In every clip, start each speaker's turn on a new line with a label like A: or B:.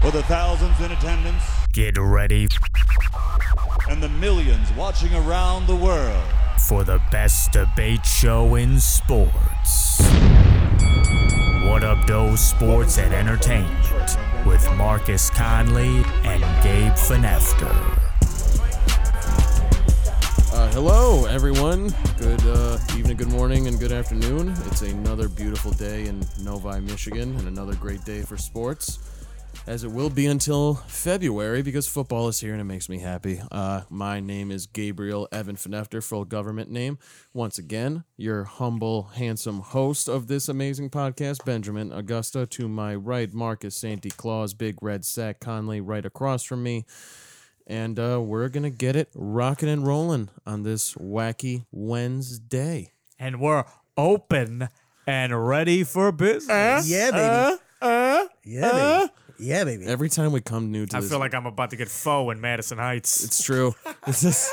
A: For the thousands in attendance
B: Get ready
A: and the millions watching around the world.
B: for the best debate show in sports. What Up Doe Sports and Entertainment with Marcus Conley and Gabe Finefter.
C: Uh, hello, everyone. Good uh, evening, good morning, and good afternoon. It's another beautiful day in Novi, Michigan, and another great day for sports, as it will be until February because football is here and it makes me happy. Uh, my name is Gabriel Evan Finefter, full government name. Once again, your humble, handsome host of this amazing podcast, Benjamin Augusta. To my right, Marcus Santee Claus, Big Red Sack Conley, right across from me and uh, we're gonna get it rocking and rolling on this wacky Wednesday.
D: and we're open and ready for
E: Eh?
D: business.
F: Yeah, baby. yeah, baby. Yeah, baby.
C: Every time we come new to
D: I
C: this,
D: feel like I'm about to get faux in Madison Heights.
C: it's true. This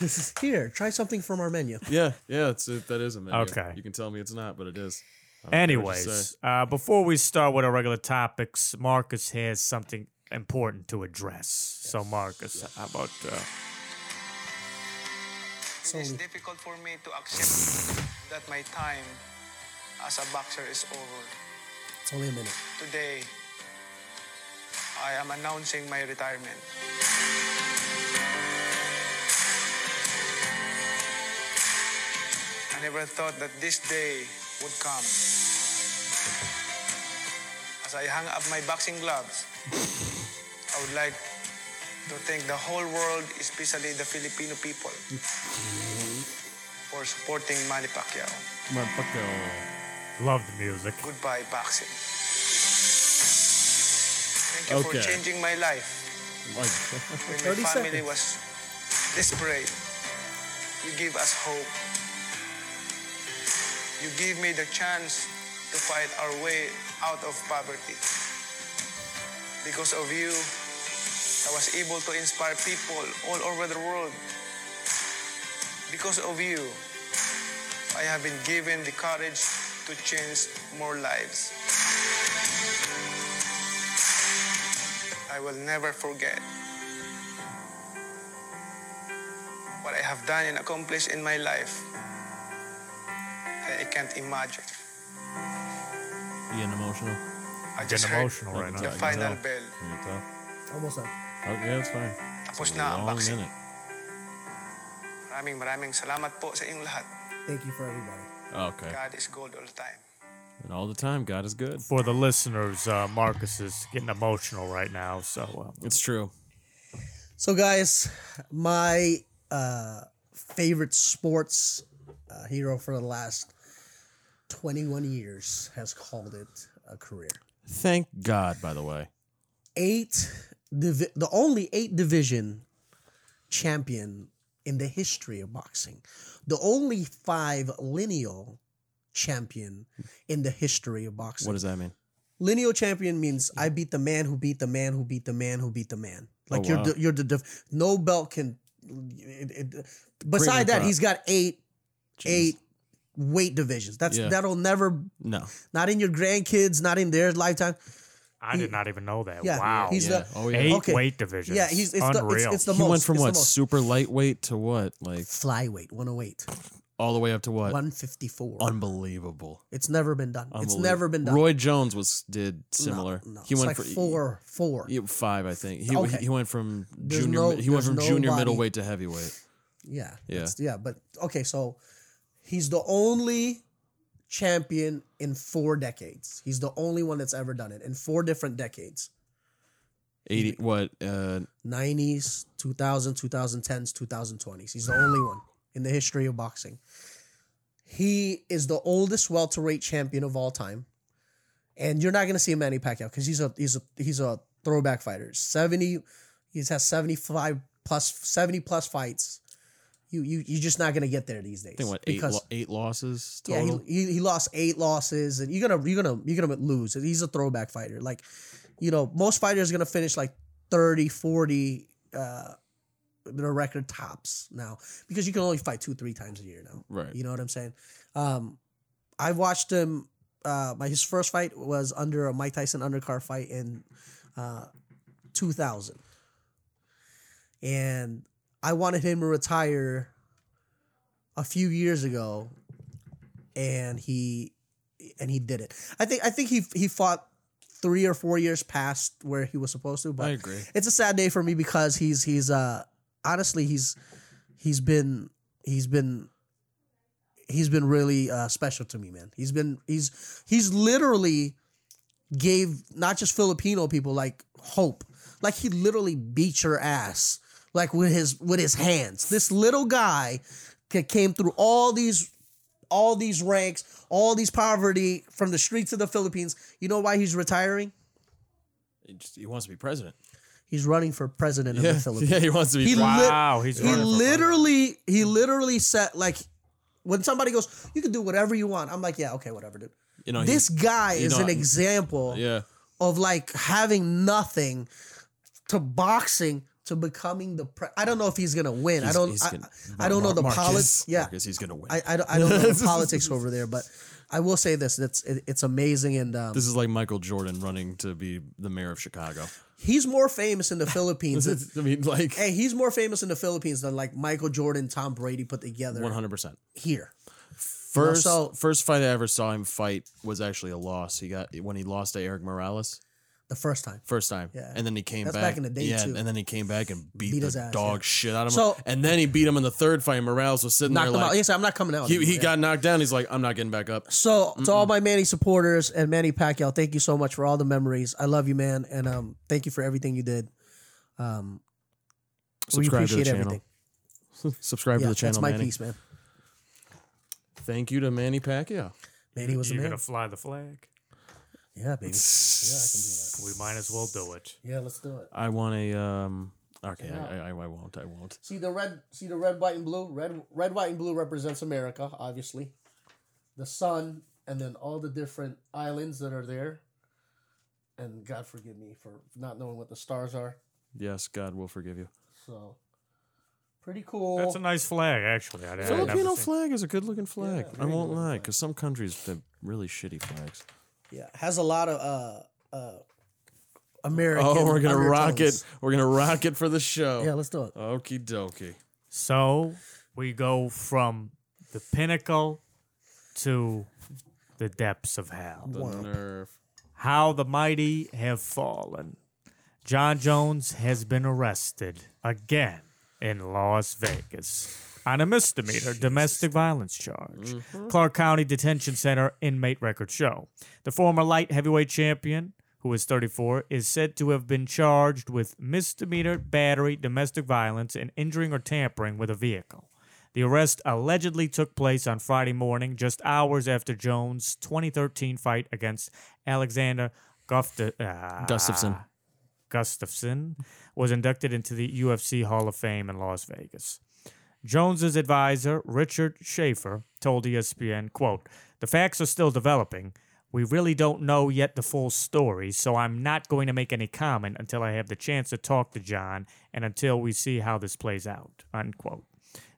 C: is
F: Here, try something from our menu.
C: yeah, yeah. It's it, that is a menu.
D: Okay.
C: you can tell me it's not, but it is.
D: Anyways, uh, before we start with our regular topics, Marcus has something important to address. So, Marcus, how about uh,
E: It is difficult for me to accept that my time as a boxer is over.
F: It's only a minute.
E: Today, I am announcing my retirement. I never thought that this day would come. As I hang up my boxing gloves, I would like to thank the whole world, especially the Filipino people, for supporting Manny Pacquiao.
D: love the music?
E: Goodbye, boxing. Thank you
C: Okay.
E: for changing my life when my
F: 30
E: family
F: seconds.
E: was desperate. You give us hope. You give me the chance to fight our way out of poverty. Because of you, I was able to inspire people all over the world. Because of you, I have been given the courage to change more lives. I will never forget what I have done and accomplished in my life. I can't imagine.
C: Being emotional.
E: I
D: Getting
E: just heard
D: emotional right
E: the
D: now.
E: final bell.
C: Can you tell?
F: Almost done.
C: Oh, yeah, it's fine.
E: Tapos
C: It's a
E: na ang
C: long
E: boxing.
C: minute.
E: Maraming maraming salamat po sa inyong lahat.
F: Thank you for everybody.
C: Oh, Okay,
E: God is gold all the time.
C: and all the time, God is good.
D: For the listeners, uh, Marcus is getting emotional right now. So, uh,
C: It's true.
F: So, guys, my uh, favorite sports uh, hero for the last 21 years has called it a career.
C: Thank God, by the way.
F: Eight, divi- the only eight division champion in the history of boxing, the only five lineal champion in the history of boxing.
C: What does that mean?
F: lineal champion means I beat the man who beat the man who beat the man who beat the man. Like
C: Oh,
F: you're
C: wow.
F: the, you're the def- no belt can. It, it, beside that,
C: thought.
F: he's got eight eight weight divisions. That's
C: Yeah.
F: that'll never
C: No.
F: not in your grandkids, not in their lifetime.
D: I did not even know that.
F: Yeah,
D: wow.
F: he's
C: Yeah.
F: the
C: Oh yeah.
D: Eight
F: okay.
D: weight divisions.
F: yeah he's it's the
D: unreal.
F: it's, it's the
C: he
F: most.
C: went from
F: it's
C: what
F: the most.
C: super lightweight to what like
F: flyweight 108
C: all the way up to what
F: 154.
C: Oh, unbelievable.
F: it's never been done. It's
C: Unbelievable.
F: never been done.
C: Roy Jones was did similar.
F: No, no.
C: He
F: it's
C: went
F: like
C: for E
F: four four.
C: he- five, I think. He
F: Okay.
C: he went from
F: There's
C: junior
F: no-
C: he went from
F: there's
C: junior
F: nobody-
C: middleweight to heavyweight.
F: Yeah.
C: Yeah.
F: it's- yeah. But okay, so he's the only champion in four decades. He's the only one that's ever done it in four different decades
C: Eighty what? Uh,
F: 90s, 2000, 2010s, 2020s. He's the only one in the history of boxing. He is the oldest welterweight champion of all time. And you're not gonna see Manny Pacquiao because he's a he's a he's a throwback fighter. 70 he's has 75 plus 70 plus fights. You you you're just not gonna get there these days.
C: I think what eight lo- eight losses total.
F: Yeah, he, he, he lost eight losses, and you're gonna you're gonna you're gonna lose. He's a throwback fighter. Like, you know, most fighters are gonna finish like 30, 40, uh, their record tops now because you can only fight two, three times a year now.
C: Right.
F: You know what I'm saying? Um, I watched him. Uh, my his first fight was under a Mike Tyson undercar fight in uh, 2000. And I wanted him to retire a few years ago and he and he did it. I think I think he he fought 3 or 4 years past where he was supposed to, but
C: I agree.
F: it's a sad day for me because he's he's uh honestly he's he's been he's been he's been really uh, special to me, man. He's been he's he's literally gave not just Filipino people like hope. Like he literally beat your ass like with his with his hands. This little guy that came through all these all these ranks, all these poverty from the streets of the Philippines. You know why he's retiring?
C: He, just, he wants to be president.
F: He's running for president
C: Yeah,
F: of the Philippines.
C: yeah, he wants to be.
F: He
C: president.
F: lit-
D: Wow, he's
F: he
D: running for president.
F: literally he literally said like when somebody goes, you can do whatever you want. I'm like, yeah, okay, whatever, dude.
C: you know, he-
F: this guy
C: you
F: is
C: know,
F: an example
C: yeah,
F: of like having nothing to boxing to becoming the pre- I don't know if he's gonna win. I
C: He's-
F: don't.
C: he's
F: I,
C: gonna-
F: I don't know the
C: Marcus-
F: politics. Yeah,
C: Marcus, he's gonna win.
F: I, I, don't- I don't know the politics over there, but I will say this: that's it, it's amazing, and um,
C: this is like Michael Jordan running to be the mayor of Chicago.
F: he's more famous in the Philippines. than-
C: I mean, like
F: hey, he's more famous in the Philippines than like Michael Jordan, Tom Brady put together
C: one hundred percent.
F: here.
C: First,
F: so-
C: first fight I ever saw him fight was actually a loss. He got when he lost to Eric Morales
F: The first time,
C: first time,
F: Yeah.
C: and then he came
F: That's
C: back,
F: back in the day,
C: yeah,
F: too.
C: and then he came back and beat,
F: Beat his
C: the
F: ass,
C: dog
F: yeah.
C: shit out of him.
F: So-
C: and then he beat him in the third fight. And Morales was sitting
F: knocked
C: there
F: him
C: like
F: out. Yes, I'm not coming out.
C: he, he
F: anymore, yeah.
C: got knocked down. He's like, I'm not getting back up.
F: So to all my Manny supporters and Manny Pacquiao, thank you so much for all the memories. I love you, man, and um, thank you for everything you did. Um,
C: Subscribe to the
F: appreciate
C: channel.
F: everything.
C: Subscribe
F: yeah,
C: to the channel,
F: that's my
C: Manny.
F: piece, man.
C: Thank you to Manny Pacquiao.
F: Manny was the
D: You're
F: man.
D: gonna fly the flag.
F: Yeah, baby.
D: We might as well do it.
F: Yeah, let's do it.
C: I want a um. Okay, I, I, I won't. I won't.
F: See the red. See the red, white, and blue. Red, red, white, and blue represents America, obviously. The sun, and then all the different islands that are there. And God forgive me for not knowing what the stars are.
C: Yes, God will forgive you.
F: So, pretty cool.
D: That's a nice flag, actually. I, I
C: Filipino flag is a good looking flag. I won't lie, because some countries have really shitty flags.
F: Yeah, has a lot of uh uh American.
C: Oh, we're gonna rock it.
F: undertones.
C: We're gonna rock it for the show.
F: Yeah, let's do it.
C: Okie dokie.
D: So we go from the pinnacle to the depths of hell.
C: The nerve.
D: How the mighty have fallen. John Jones has been arrested again in Las Vegas on a misdemeanor domestic violence charge. Clark County Detention Center inmate records show. The former light heavyweight champion, who is 34, is said to have been charged with misdemeanor battery, domestic violence, and injuring or tampering with a vehicle. The arrest allegedly took place on Friday morning, just hours after Jones' 2013 fight against Alexander Gufta- uh,
C: Gustafson.
F: Ah.
D: Gustafson was inducted into the UFC Hall of Fame in Las Vegas. Jones's advisor, Richard Schaefer, told E ESPN, quote, "The facts are still developing. We really don't know yet the full story, so I'm not going to make any comment until I have the chance to talk to John and until we see how this plays out." Unquote.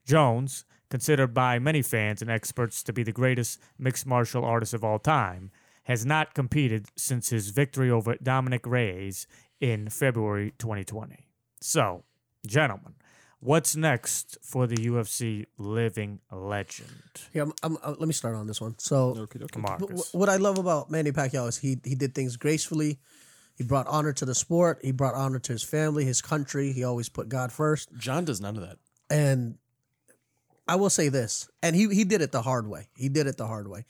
D: Jones, considered by many fans and experts to be the greatest mixed martial artist of all time, has not competed since his victory over Dominic Reyes in February 2020. So, gentlemen, what's next for the UFC living legend,
F: Here, I'm, I'm, uh, let me start on this one. So, wh-
D: Marcus?
F: wh- what I love about Manny Pacquiao is he he did things gracefully. He brought honor to the sport. He brought honor to his family, his country. He always put God first.
C: John does none of that.
F: And I will say this, and he he did it the hard way. He did it the hard way.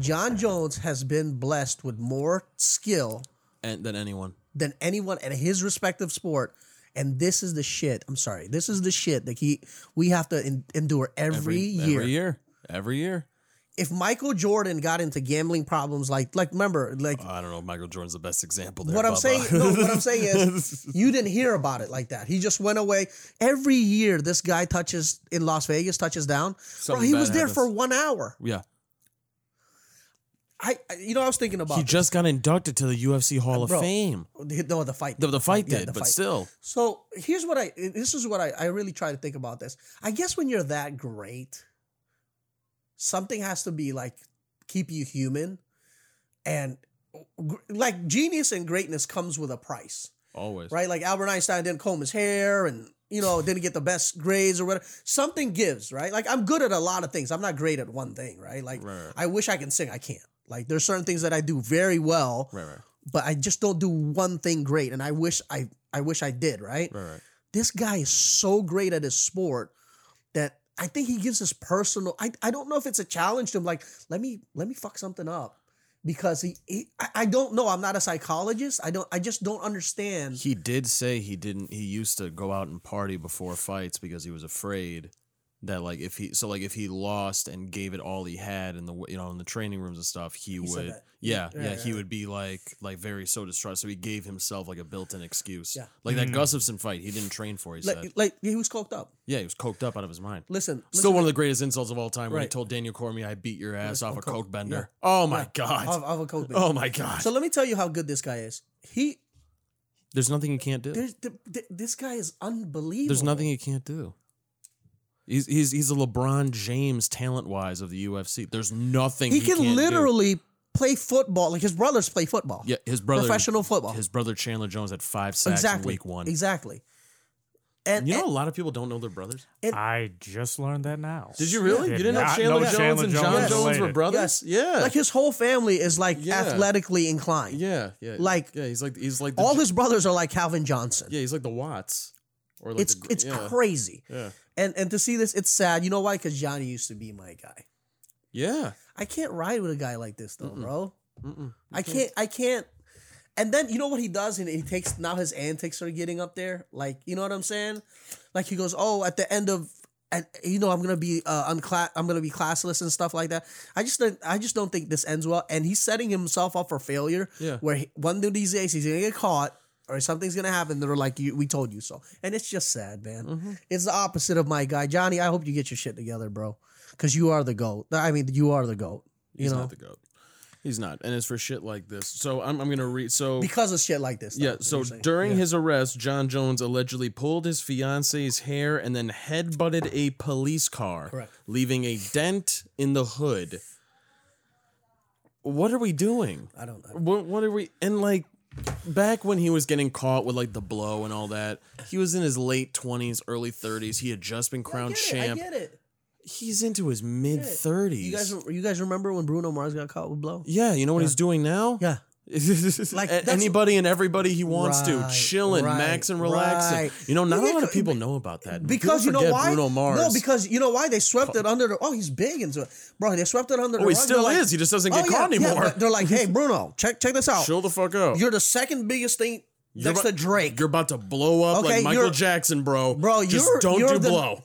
F: John Jones has been blessed with more skill
C: And than anyone.
F: than anyone in his respective sport. And this is the shit. I'm sorry. This is the shit that he we have to en- endure every, year.
C: Every year. Every year.
F: If Michael Jordan got into gambling problems, like like remember, like
C: I don't know. if Michael Jordan's the best example. There,
F: what I'm
C: Bubba.
F: saying, no, what I'm saying is you didn't hear about it like that. He just went away. Every year, this guy touches in Las Vegas, touches down. Bro,
C: Something
F: he
C: bad
F: was there
C: happens.
F: for one hour.
C: yeah,
F: I, I- you know, I was thinking about
C: he just got inducted to the UFC Hall of
F: Uh, Bro.
C: Fame.
F: this. no the fight,
C: The, the fight
F: Yeah,
C: did,
F: the
C: but
F: fight.
C: still,
F: So here's what I this is what I, I really try to think about this. I guess when you're that great, something has to be like keep you human and gr- like genius and greatness comes with a price.
C: Always.
F: right? Like Albert Einstein didn't comb his hair and you know didn't get the best grades or whatever. Something gives, right? Like I'm good at a lot of things. I'm not great at one thing, right? Like
C: Right.
F: I wish I can sing, I can't. Like there's certain things that I do very well,
C: Right, right,
F: but I just don't do one thing great, and I wish I I wish I did, right?
C: right, right.
F: This guy is so great at his sport that. I think he gives his personal. I, I don't know if it's a challenge to him. Like let me let me fuck something up, because he, he I, I don't know. I'm not a psychologist. I don't. I just don't understand.
C: He did say he didn't. He used to go out and party before fights because he was afraid that like if he so like if he lost and gave it all he had in the w- you know in the training rooms and stuff he,
F: said
C: would
F: that.
C: yeah yeah,
F: Yeah,
C: he
F: yeah.
C: would be like like very so distraught so he gave himself like a built-in excuse
F: Yeah.
C: like that Gustafson fight he didn't train for he said
F: like, like he was coked up.
C: yeah he was coked up out of his mind
F: Listen,
C: Still one of the greatest insults of all time when he
F: Right.
C: told Daniel Cormier, "I beat your ass off a coke,
F: coke.
C: bender." Oh my god!
F: Of, of a coke bender.
C: oh my god!
F: So let me tell you how good this guy is. He,
C: there's nothing you can't do. There's,
F: there's, th- th- this guy is unbelievable.
C: nothing you can't do. He's he's he's a LeBron James talent wise of the UFC. There's nothing
F: He,
C: he
F: can
C: can't do.
F: literally play football. Like his brothers play football.
C: Yeah, his brother
F: professional football.
C: His brother Chandler Jones had five sacks in
F: exactly.
C: week one.
F: Exactly. And,
C: You know, a
F: and-
C: lot of people don't know their brothers.
D: I just learned that now.
C: Did you really?
D: Did
C: you didn't know
D: not
C: Chandler
D: know
C: Jones
D: Chandler
C: and
D: Jones
C: John
F: was
C: Jones were
D: related.
C: brothers? Yeah,
F: like his whole family is like
C: Yeah.
F: athletically inclined.
C: yeah, yeah.
F: like-
C: yeah, he's like he's like the,
F: All his brothers are like Calvin Johnson.
C: yeah, he's like the Watts. Or like
F: it's
C: the,
F: it's
C: yeah.
F: crazy.
C: Yeah.
F: And and to see this, it's sad. You know why? Because Johnny used to be my guy.
C: Yeah.
F: I can't ride with a guy like this though, bro. I can't. I can't. And then you know what he does, and he takes now his antics are getting up there. Like you know what I'm saying? Like he goes, oh, at the end of, and you know I'm gonna be uh, uncla- I'm gonna be classless and stuff like that. I just don't, I just don't think this ends well. And he's setting himself up for failure.
C: Yeah.
F: Where he, one of these days he's gonna get caught. Or something's gonna happen. They're like, you, "We told you so," and it's just sad, man.
C: Mm-hmm.
F: It's the opposite of my guy, Johnny. I hope you get your shit together, bro, because you are the goat. I mean, you are the goat. You
C: He's
F: know,
C: not the goat. He's not, and it's for shit like this. So I'm, I'm gonna read. So
F: because of shit like this. though,
C: yeah.
F: is
C: So
F: what I'm saying.
C: during his arrest, John Jones allegedly pulled his fiance's hair and then headbutted a police car,
F: Correct.
C: leaving a dent in the hood. What are we doing?
F: I don't know.
C: What What are we? And like back when he was getting caught with like the blow and all that, he was in his late twenties, early thirties. He had just been crowned champ.
F: I get it.
C: He's into his mid thirties.
F: You guys, you guys remember when Bruno Mars got caught with blow?
C: Yeah, you know what he's doing now?
F: Yeah.
C: like
F: Like, that's-
C: anybody and everybody he wants
F: Right,
C: to, chilling,
F: right,
C: max and relaxing.
F: right.
C: You know, not
F: You
C: a lot
F: get-
C: of people know about that.
F: Because you
C: People
F: know
C: forget
F: why?
C: Bruno Mars.
F: No, because you know why they swept it under the. Oh, he's big into it, bro. They swept it under. the
C: Oh, he
F: rug. They're
C: still
F: like- Oh,
C: is. He just doesn't get caught anymore.
F: but they're like, hey, Bruno, check check this out.
C: chill the fuck out.
F: You're the second biggest thing
C: You're
F: next
C: about-
F: to Drake.
C: You're about to blow up like
F: Okay,
C: Michael
F: you're-
C: Jackson, bro.
F: Bro,
C: just
F: you're-
C: don't
F: you're
C: do
F: the-
C: blow.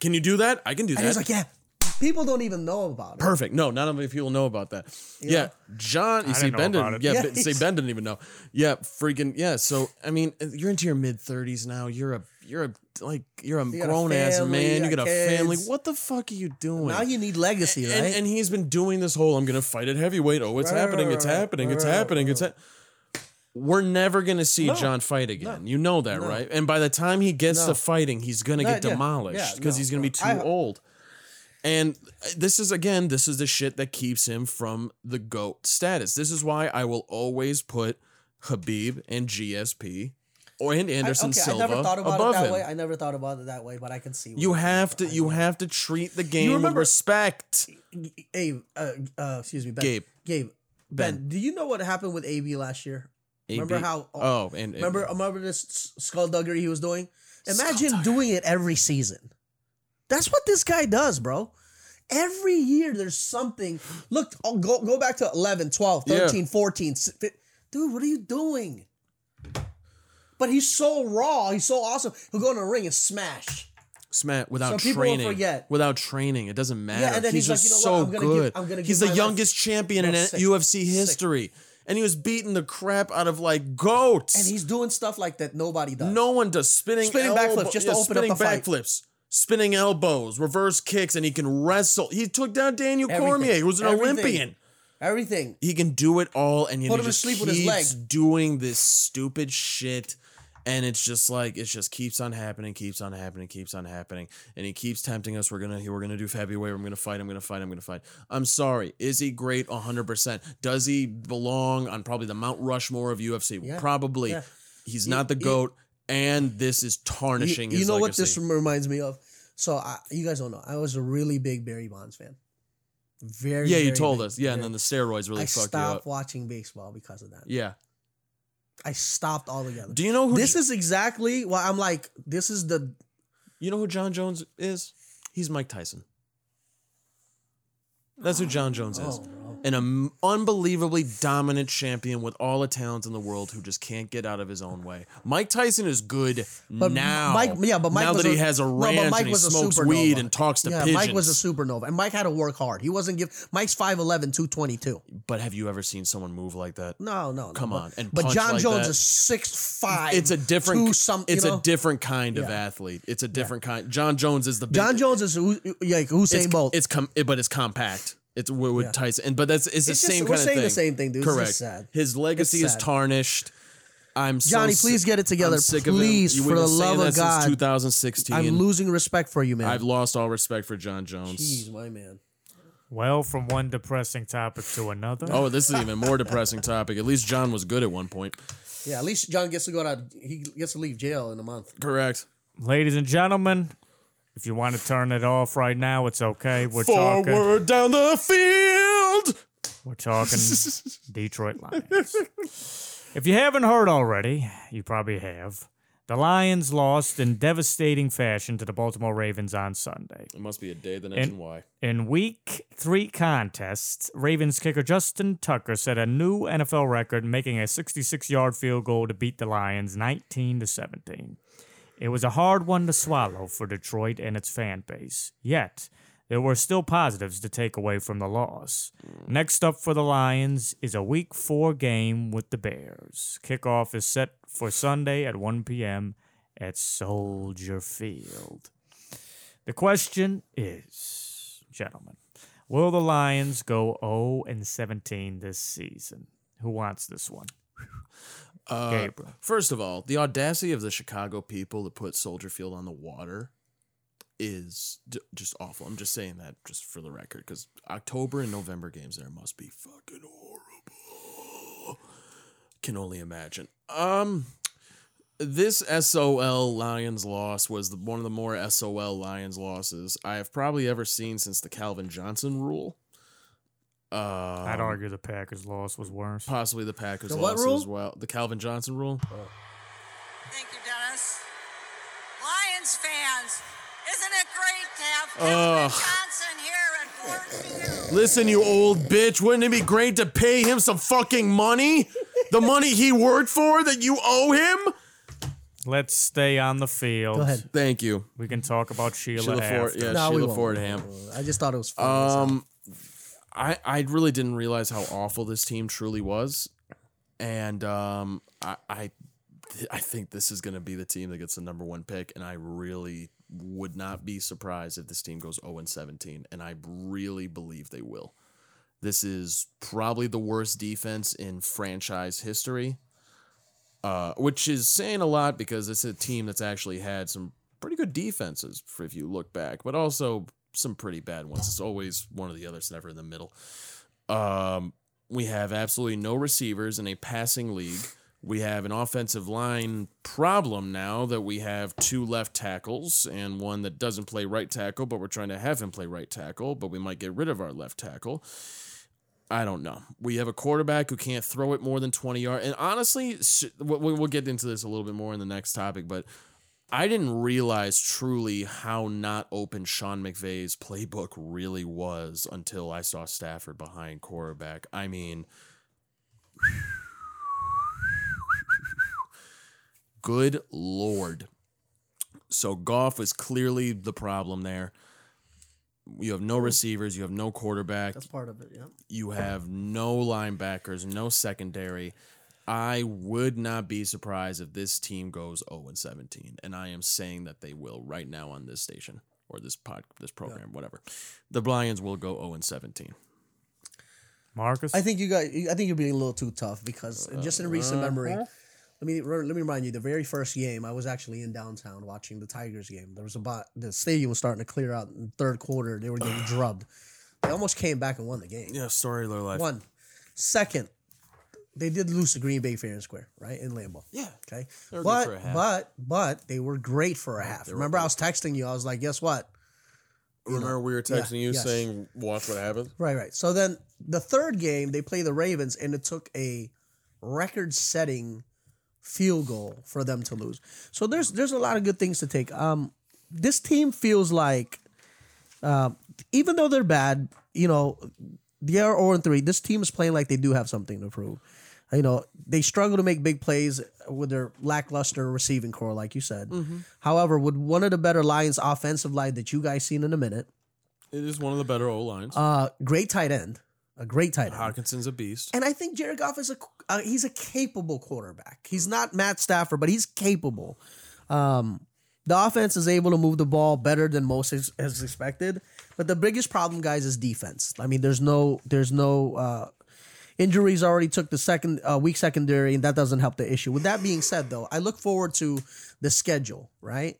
C: Can you do that? I can do
F: and
C: that.
F: he's like, yeah, people don't even know about it.
C: Perfect. No, not many people know about that. Yeah, John. You see,
D: didn't know
C: Ben
D: about
C: didn't.
D: it.
C: Yeah,
F: Yeah,
C: Ben- say
F: he's-
C: Ben didn't even know. Yeah, freaking yeah. So I mean, uh, you're into your mid thirties now. You're a you're a like you're a
F: got a
C: grown ass
F: family,
C: man. You
F: you
C: got
F: got
C: a family.
F: kids.
C: What the fuck are you doing?
F: Now you need legacy, right?
C: and, and he's been doing this whole I'm gonna fight at heavyweight. Oh, it's
F: Right,
C: happening.
F: right,
C: it's
F: right,
C: happening.
F: right,
C: it's
F: right,
C: happening. It's. Ha- we're never gonna see John fight again. You know that, right? And by the time he gets to fighting, he's gonna
F: No,
C: get
F: yeah, yeah,
C: demolished because
F: no,
C: he's gonna be too
F: I-
C: old. And uh, this is again, this is the shit that keeps him from the goat status. This is why I will always put Habib and GSP or and
F: I-
C: Anderson
F: okay,
C: Silva
F: I never thought about it
C: above
F: that
C: him.
F: way. I never thought about it that way, but I can see. what
C: you
F: you're
C: have to
F: saying.
C: you have to treat the game with
F: remember-
C: respect.
F: Abe, uh, uh, excuse me, ben.
C: Gabe.
F: Gabe, ben, do you know what happened with AB last year? Remember
C: AB
F: how?
C: Oh, and
F: remember, remember this s- skullduggery he was doing. Imagine doing it every season. That's what this guy does, bro. Every year there's something. Look, oh, go go back to 11, 12,
C: Yeah.
F: 13, 14. s- fi- Dude, what are you doing? But he's so raw. He's so awesome. He'll go in the ring and smash.
C: Smack without
F: Some people will
C: training.
F: forget.
C: Without training, it doesn't matter.
F: and then
C: he's,
F: he's like,
C: just
F: "You know what?
C: so
F: I'm gonna give-
C: good.
F: I'm gonna
C: he's
F: give
C: the
F: my life-
C: youngest champion in
F: No, sick.
C: UFC
F: Sick.
C: history, and he was beating the crap out of like goats.
F: And he's doing stuff like that nobody does.
C: no one does spinning
F: Spinning
C: elbow-
F: backflips just to
C: yeah,
F: open up
C: spinning
F: the fight.
C: backflips, spinning elbows, reverse kicks, and he can wrestle. He took down Daniel
F: Everything.
C: Cormier, who was an
F: Everything.
C: Olympian.
F: Everything.
C: He can do it all, and yet he
F: Put him to
C: just
F: sleep
C: keeps
F: with his
C: doing this stupid shit. And it's just like it just keeps on happening, keeps on happening, keeps on happening, and he keeps tempting us. We're gonna, we're gonna do heavyweight. I'm gonna fight. I'm gonna fight. I'm gonna fight. I'm sorry. Is he great? 100. percent Does he belong on probably the Mount Rushmore of UFC? Probably.
F: Yeah.
C: He's not the goat, and this is
F: You-
C: tarnishing
F: You,
C: his
F: know what
C: legacy.
F: this reminds me of? So I, you guys don't know. I was a really big Barry Bonds fan. Very.
C: yeah, you
F: very
C: told
F: big.
C: us. Yeah, and then the steroids really
F: I
C: fucked
F: stopped
C: you up.
F: watching baseball because of that.
C: Yeah.
F: I stopped altogether.
C: Do you know who
F: this is exactly why I'm like, this is the
C: You know who John Jones is? He's Mike Tyson. That's who John Jones is.
F: Oh,
C: An um, unbelievably dominant champion with all the talents in the world who just can't get out of his own way. Mike Tyson is good
F: but
C: now.
F: Mike, yeah, but Mike
C: now
F: was
C: that he
F: a-
C: has a
F: no, but
C: ranch and he smokes weed and talks to
F: yeah,
C: pigeons.
F: Mike was a supernova, and Mike had to work hard. He wasn't give. Mike's 5'11", 222.
C: but have you ever seen someone move like that?
F: No, no, no,
C: Come
F: but-
C: on, and
F: but
C: punch
F: John
C: like
F: Jones
C: that.
F: is six five.
C: It's a different.
F: Two some, you
C: it's
F: know?
C: a different kind of athlete. It's a different kind. John Jones is the big,
F: John Jones is who, like Usain
C: it's,
F: Bolt.
C: It's com- it- but it's compact. It's with with Tyson, and but that's it's,
F: It's
C: the
F: just-
C: same kind
F: we're
C: of
F: saying
C: thing.
F: the same thing, dude. It's just
C: Correct.
F: sad.
C: His legacy
F: It's
C: is
F: sad.
C: tarnished. I'm so
F: Johnny,
C: si-
F: please get it together.
C: I'm sick
F: Please,
C: of him.
F: for
C: We've
F: the
C: been saying
F: love
C: that
F: of
C: since
F: God.
C: 2016.
F: I'm losing respect for you, man.
C: I've lost all respect for John Jones.
F: Jeez, my man.
D: Well, from one depressing topic to another.
C: Oh, this is an even more depressing topic. At least John was good at one point.
F: Yeah, at least John gets to go out. He gets to leave jail in a month.
C: Correct.
D: Ladies and gentlemen, if you want to turn it off right now, it's okay. We're talking.
C: Forward down the field.
D: We're talking Detroit Lions. If you haven't heard already, you probably have. The Lions lost in devastating fashion to the Baltimore Ravens on Sunday.
C: It must be a day the next and why.
D: In week three contests, Ravens kicker Justin Tucker set a new NFL record, making a 66 yard field goal to beat the Lions 19 to 17. It was a hard one to swallow for Detroit and its fan base. Yet, there were still positives to take away from the loss. Next up for the Lions is a week four game with the Bears. Kickoff is set for Sunday at 1 p.m. at Soldier Field. The question is, gentlemen, will the Lions go 0 and 17 this season? Who wants this one?
C: Uh,
D: Gabriel.
C: First of all, the audacity of the Chicago people to put Soldier Field on the water is d- just awful. I'm just saying that just for the record because October and November games there must be fucking horrible. Can only imagine. Um, this SOL Lions loss was the, one of the more SOL Lions losses I have probably ever seen since the Calvin Johnson rule. Uh,
D: I'd argue the Packers' loss was worse.
C: possibly the Packers
F: The what
C: loss
F: rule?
C: as well. The Calvin Johnson rule.
G: Thank you, Dennis. Lions fans, isn't it great to have
C: Ugh.
G: Calvin Johnson here at Ford Field?
C: Listen, you old bitch, wouldn't it be great to pay him some fucking money? The money he worked for that you owe him?
D: Let's stay on the field.
F: Go ahead.
C: Thank you.
D: We can talk about Sheila,
C: Sheila Ford,
D: after.
C: yeah,
F: No, we
C: Sheila
F: won't.
C: Fordham.
F: I just thought it was funny.
C: Um, I I really didn't realize how awful this team truly was, and um, I I, I think this is going to be the team that gets the number one pick, and I really would not be surprised if this team goes zero and seventeen, and I really believe they will. This is probably the worst defense in franchise history, uh, which is saying a lot because it's a team that's actually had some pretty good defenses for if you look back, but also some pretty bad ones. It's always one or the other. It's never in the middle. Um, we have absolutely no receivers in a passing league. We have an offensive line problem now that we have two left tackles and one that doesn't play right tackle, but we're trying to have him play right tackle, but we might get rid of our left tackle. I don't know. We have a quarterback who can't throw it more than 20 yards. And honestly, sh- we- we- we'll get into this a little bit more in the next topic, but I didn't realize truly how not open Sean McVay's playbook really was until I saw Stafford behind quarterback. I mean, good lord. So Goff is clearly the problem there. You have no receivers, you have no quarterback,
F: That's part of it. Yeah.
C: you have no linebackers, no secondary. I would not be surprised if this team goes 0 and 17, and I am saying that they will right now on this station or this pod, this program, whatever. The Lions will go 0 and 17.
D: Marcus?
F: I think you guys. I think you're being a little too tough because just in recent memory, let me re- let me remind you. The very first game, I was actually in downtown watching the Tigers game. There was about the stadium was starting to clear out in the third quarter. They were getting drubbed. They almost came back and won the game.
C: Yeah, story of their life.
F: One, second, they did lose to Green Bay fair and square, right in Lambeau.
C: Yeah.
F: Okay.
C: They were good
F: but
C: for a half.
F: but but they were great for a half.
C: were
F: Remember, I was texting you. I was like, guess what?
C: Remember, we were texting you
F: yes.
C: saying, "Watch what happens."
F: Right, right. So then the third game they play the Ravens, and it took a record-setting field goal for them to lose. So there's there's a lot of good things to take. Um, this team feels like, uh, even though they're bad, you know, they are 0 and 3. This team is playing like they do have something to prove. You know, they struggle to make big plays with their lackluster receiving core, like you said. However, with one of the better Lions offensive line that you guys seen in a minute,
C: It is one of the better O lines.
F: uh, great tight end, a great tight end.
C: Hodgkinson's a beast.
F: And I think Jared Goff is a uh, he's a capable quarterback. He's not Matt Stafford, but he's capable. Um, the offense is able to move the ball better than most is, is expected. But the biggest problem, guys, is defense. I mean, there's no there's no uh, injuries already took the second uh, week secondary, and that doesn't help the issue. With that being said, though, I look forward to the schedule. Right.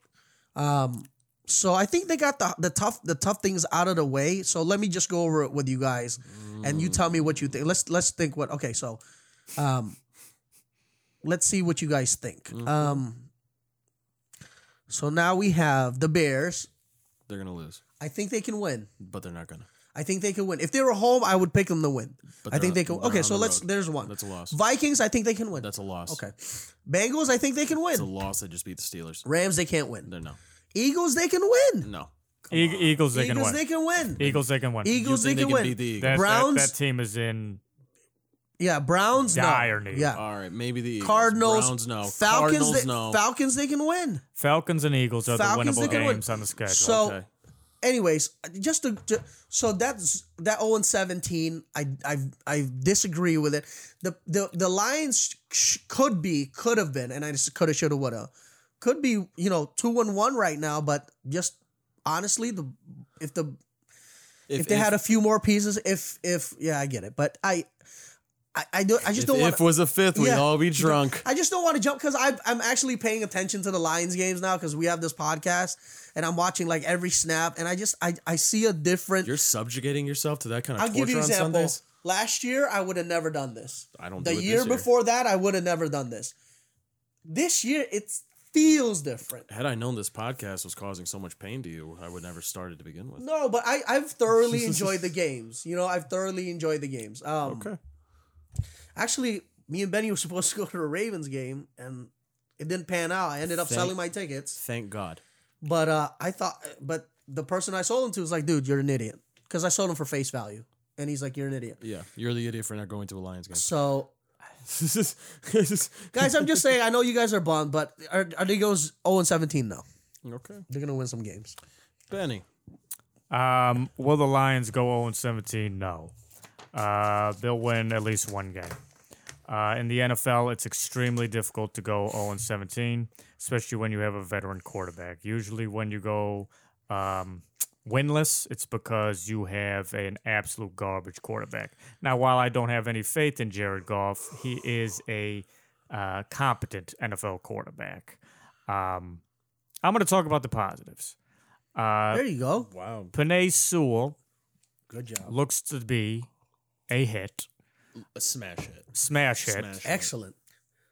F: So I think they got the the tough the tough things out of the way. So let me just go over it with you guys, and you tell me what you think. Let's let's think what. Okay, so, um, let's see what you guys think.
C: Mm-hmm.
F: Um, so now we have the Bears.
C: They're gonna lose,
F: I think they can win.
C: but they're not gonna.
F: I think they can win. If they were home, I would pick them to win.
C: But
F: I
C: they're
F: think
C: on-
F: they can.
C: they're
F: Okay,
C: on
F: so
C: the
F: let's.
C: road.
F: There's one.
C: That's a loss.
F: Vikings. I think they can win.
C: That's a loss.
F: okay. Bengals. I think they can
C: it's a
F: win.
C: loss. They just beat the Steelers.
F: Rams. They can't win.
C: They're no,
F: Eagles. They can win.
C: no.
D: Eag- Eagles, they can
F: Eagles.
D: win.
F: They can win.
D: Eagles, they can win.
F: Eagles.
C: think
F: They can
C: they can
F: win.
C: beat the Eagles?
D: That- that-
F: Browns.
D: that team is in
F: Yeah, Browns
D: Dire
F: no.
D: need.
F: Yeah,
C: All right, maybe the Eagles.
F: Cardinals.
C: Browns, no.
F: Falcons.
C: Cardinals,
F: they,
C: no.
F: Falcons. They can win.
D: Falcons and Eagles are
F: Falcons,
D: the
F: they
D: winnable
F: can win.
D: games on the schedule.
F: So,
C: okay.
F: anyways, just to, ju- so that's that zero and seventeen. I I I disagree with it. The the the Lions sh- could be could have been, and I just could have should have would have could be you know two and one right now, but just honestly the if the if, they had a few more pieces, if if yeah, I get it, but I. I, I, do, I just
C: if,
F: don't want
C: if was a fifth, we'd
F: Yeah.
C: all be drunk.
F: I just don't want to jump because I'm actually paying attention to the Lions games now because we have this podcast and I'm watching like every snap and I just I, I see a different.
C: You're subjugating yourself to that kind of
F: I'll
C: torture
F: give you an
C: on
F: example.
C: Sundays.
F: Last year I would have never done this.
C: I don't
F: The
C: do it this
F: year
C: year.
F: before that I would have never done this. This year it feels different.
C: Had I known this podcast was causing so much pain to you, I would never start it to begin with.
F: No, but I I've thoroughly enjoyed the games. You know I've thoroughly enjoyed the games. Um,
C: Okay.
F: Actually, me and Benny were supposed to go to a Ravens game and it didn't pan out. I ended up
C: Thank-
F: selling my tickets.
C: Thank God.
F: But uh, I thought, but the person I sold him to was like, dude, you're an idiot. Because I sold him for face value. And he's like, you're an idiot.
C: Yeah, you're the idiot for not going to a Lions game.
F: So,
C: This is- this is-
F: guys, I'm just saying, I know you guys are bummed, but are, are they goes 0 and 17 though?
C: okay,
F: They're going to win some games.
C: Benny.
D: Um, will the Lions go 0 17? No. Uh, they'll win at least one game. Uh, in the NFL, it's extremely difficult to go 0 17, especially when you have a veteran quarterback. Usually, when you go um, winless, it's because you have an absolute garbage quarterback. Now, while I don't have any faith in Jared Goff, he is a uh, competent NFL quarterback. Um, I'm going to talk about the positives. Uh,
F: there you go.
C: Wow.
D: Panay Sewell
F: Good job.
D: looks to be a hit,
C: Smash it.
D: smash hit.
C: Smash it.
F: Excellent.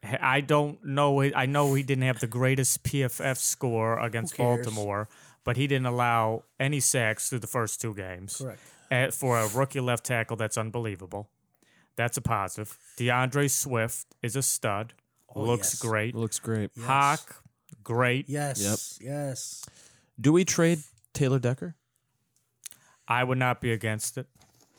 D: I don't know. I know he didn't have the greatest PFF score against
F: Who cares?
D: Baltimore, but he didn't allow any sacks through the first two games.
F: Correct.
D: Uh, for a rookie left tackle, that's unbelievable. That's a positive. DeAndre Swift is a stud. looks
F: Oh, yes.
D: great.
C: Looks great.
D: Hawk, great.
F: Yes. Yes.
C: Do we trade Taylor Decker?
D: I would not be against it.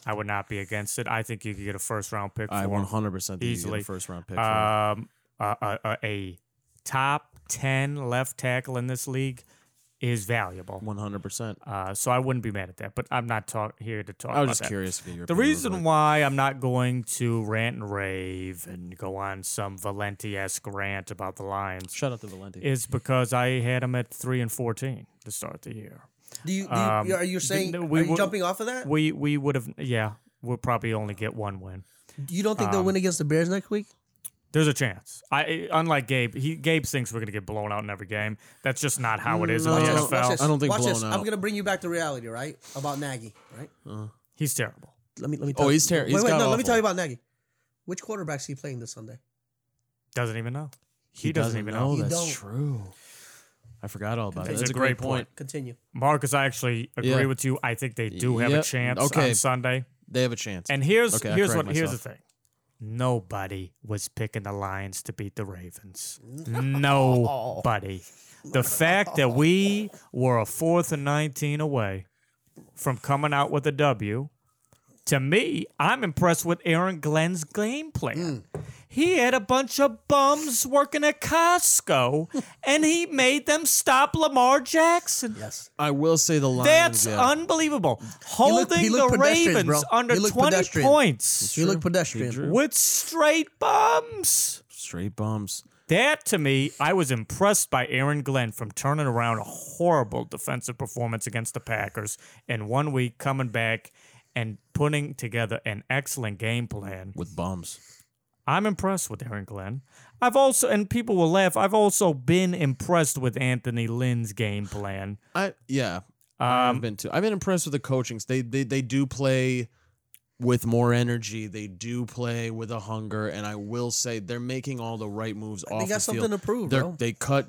D: I would not be against it. I think you could get a first round pick.
C: I
D: for him.
C: 100 percent
D: Easily.
C: first round pick. for him.
D: um, a, a, a, a top 10 left tackle in this league is valuable.
C: 100%.
D: Uh, so I wouldn't be mad at that, but I'm not talk- here to talk
C: I was
D: about
C: just
D: that.
C: curious. To get your
D: The
C: opinion
D: reason
C: real quick.
D: why I'm not going to rant and rave and go on some Valenti esque rant about the Lions
C: Shout out to Valenti.
D: is because I had them at 3 and 14 to start the year.
F: Do you, do you
D: Um,
F: are you saying,
D: no, we
F: are you
D: were-
F: jumping off of that?
D: We we would have, yeah, we'll probably only get one win.
F: you don't think
C: um,
F: they'll win against the Bears next week?
D: There's a chance. I unlike Gabe, he Gabe thinks we're gonna get blown out in every game. That's just not how it is in
F: Watch
D: the
F: this,
D: NFL.
F: watch this,
C: I don't think
F: watch
C: blown
F: this.
C: out.
F: I'm going to bring you back to reality, right? About Nagy, right?
D: He's terrible.
F: Let me, let me
C: Oh, he's ter-
F: Wait,
C: he's
F: wait,
C: got
F: no, let me
C: awful.
F: tell you about Nagy. Which quarterback's he playing this Sunday?
D: Doesn't even know. He, doesn't, even know.
F: You
C: That's
F: don't.
C: true. I forgot all about that.
D: It's
C: That's
D: a
C: a
D: great
C: great
D: point.
C: point.
F: Continue.
D: Marcus, I actually agree
C: Yeah.
D: with you. I think they do have
C: Yep.
D: a chance
C: Okay.
D: on Sunday.
C: They have a chance.
D: And here's
C: Okay, I
D: here's what
C: correct
D: here's the
C: myself.
D: thing. Nobody was picking the Lions to beat the Ravens. Nobody. The fact that we were a fourth and nineteen away from coming out with a W, to me, I'm impressed with Aaron Glenn's game plan.
C: Hmm.
D: He had a bunch of bums working at Costco, and he made them stop Lamar Jackson.
F: Yes.
C: I will say the Lions.
D: That's
C: yeah.
D: unbelievable.
F: looked-
D: Holding
F: he looked
D: the
F: pedestrian,
D: Ravens
F: bro.
D: under
F: He looked
D: 20
F: pedestrian.
D: points
F: You look pedestrian.
C: Drew.
D: with straight bums.
C: straight bumps.
D: That to me, I was impressed by Aaron Glenn from turning around a horrible defensive performance against the Packers in one week, coming back and putting together an excellent game plan.
C: with bums.
D: I'm impressed with Aaron Glenn. I've also, and people will laugh, I've also been impressed with Anthony Lynn's game plan.
C: I yeah.
D: Um,
C: I've been too. I've been impressed with the coachings. They they they do play with more energy. They do play with a hunger, and I will say they're making all the right moves off.
F: got
C: the
F: something
C: field.
F: to prove,
C: They're-
F: bro.
C: They cut.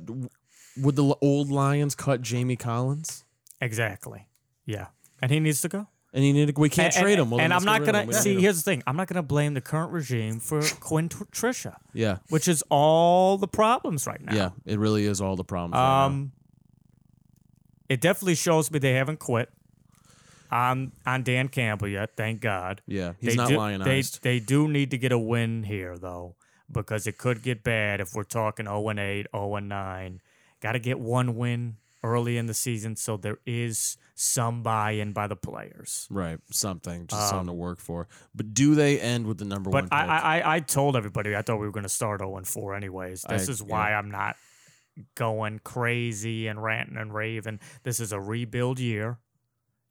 C: Would the old Lions cut Jamie Collins?
D: Exactly. Yeah. And he needs to go.
C: And he needed, we can't
D: and,
C: trade him. Well, then
D: and I'm not
C: let's get rid of
D: gonna
C: him. We don't
D: see.
C: need him.
D: Here's the thing: I'm not gonna blame the current regime for Quinn Tr- Trisha,
C: Yeah,
D: which is all the problems right now.
C: yeah. It really is all the problems. right now.
D: Um, it definitely shows me they haven't quit on on Dan Campbell yet. Thank God.
C: Yeah, he's not
D: do,
C: lionized.
D: They they do need to get a win here though, because it could get bad if we're talking 0 and 8, 0 and 9. Got to get one win early in the season so there is some buy-in by the players.
C: Right, something just something to work for. But do they end with the number
D: um, But
C: one?
D: I,
C: pick?
D: I, I- I told everybody I thought we were going to start 0 and 4 anyways. This
C: I-
D: is why I'm not going crazy and ranting and raving. This is a rebuild year.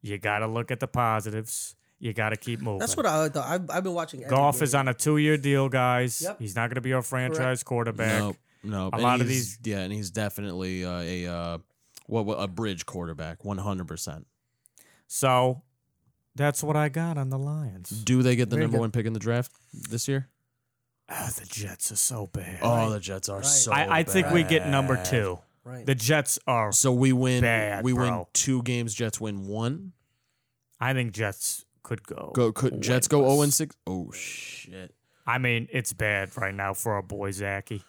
D: You got to look at the positives. You got to keep moving.
F: That's what I thought. I've, I've been watching. every
D: Golf
F: game.
D: is on a two year deal, guys.
F: Yep.
D: He's not going to be our franchise quarterback.
C: No, no.
D: A
C: and
D: lot of
C: he's- yeah, and he's definitely uh, a uh, what, what a bridge quarterback, one hundred percent.
D: So that's what I got on the Lions.
C: Do they get the
F: Very
C: number
F: good.
C: one pick in the draft this year?
D: Oh, the Jets are so bad.
C: Oh, the Jets are so.
D: I, I think we get number
C: bad.
D: two.
F: Right.
D: The Jets are.
C: So we win.
D: Bad,
C: we win
D: bro.
C: two games. Jets win one.
D: I think Jets could go.
C: Go could Jets go
D: winless.
C: zero and six? Oh shit!
D: I mean, it's bad right now for our boy Zachy.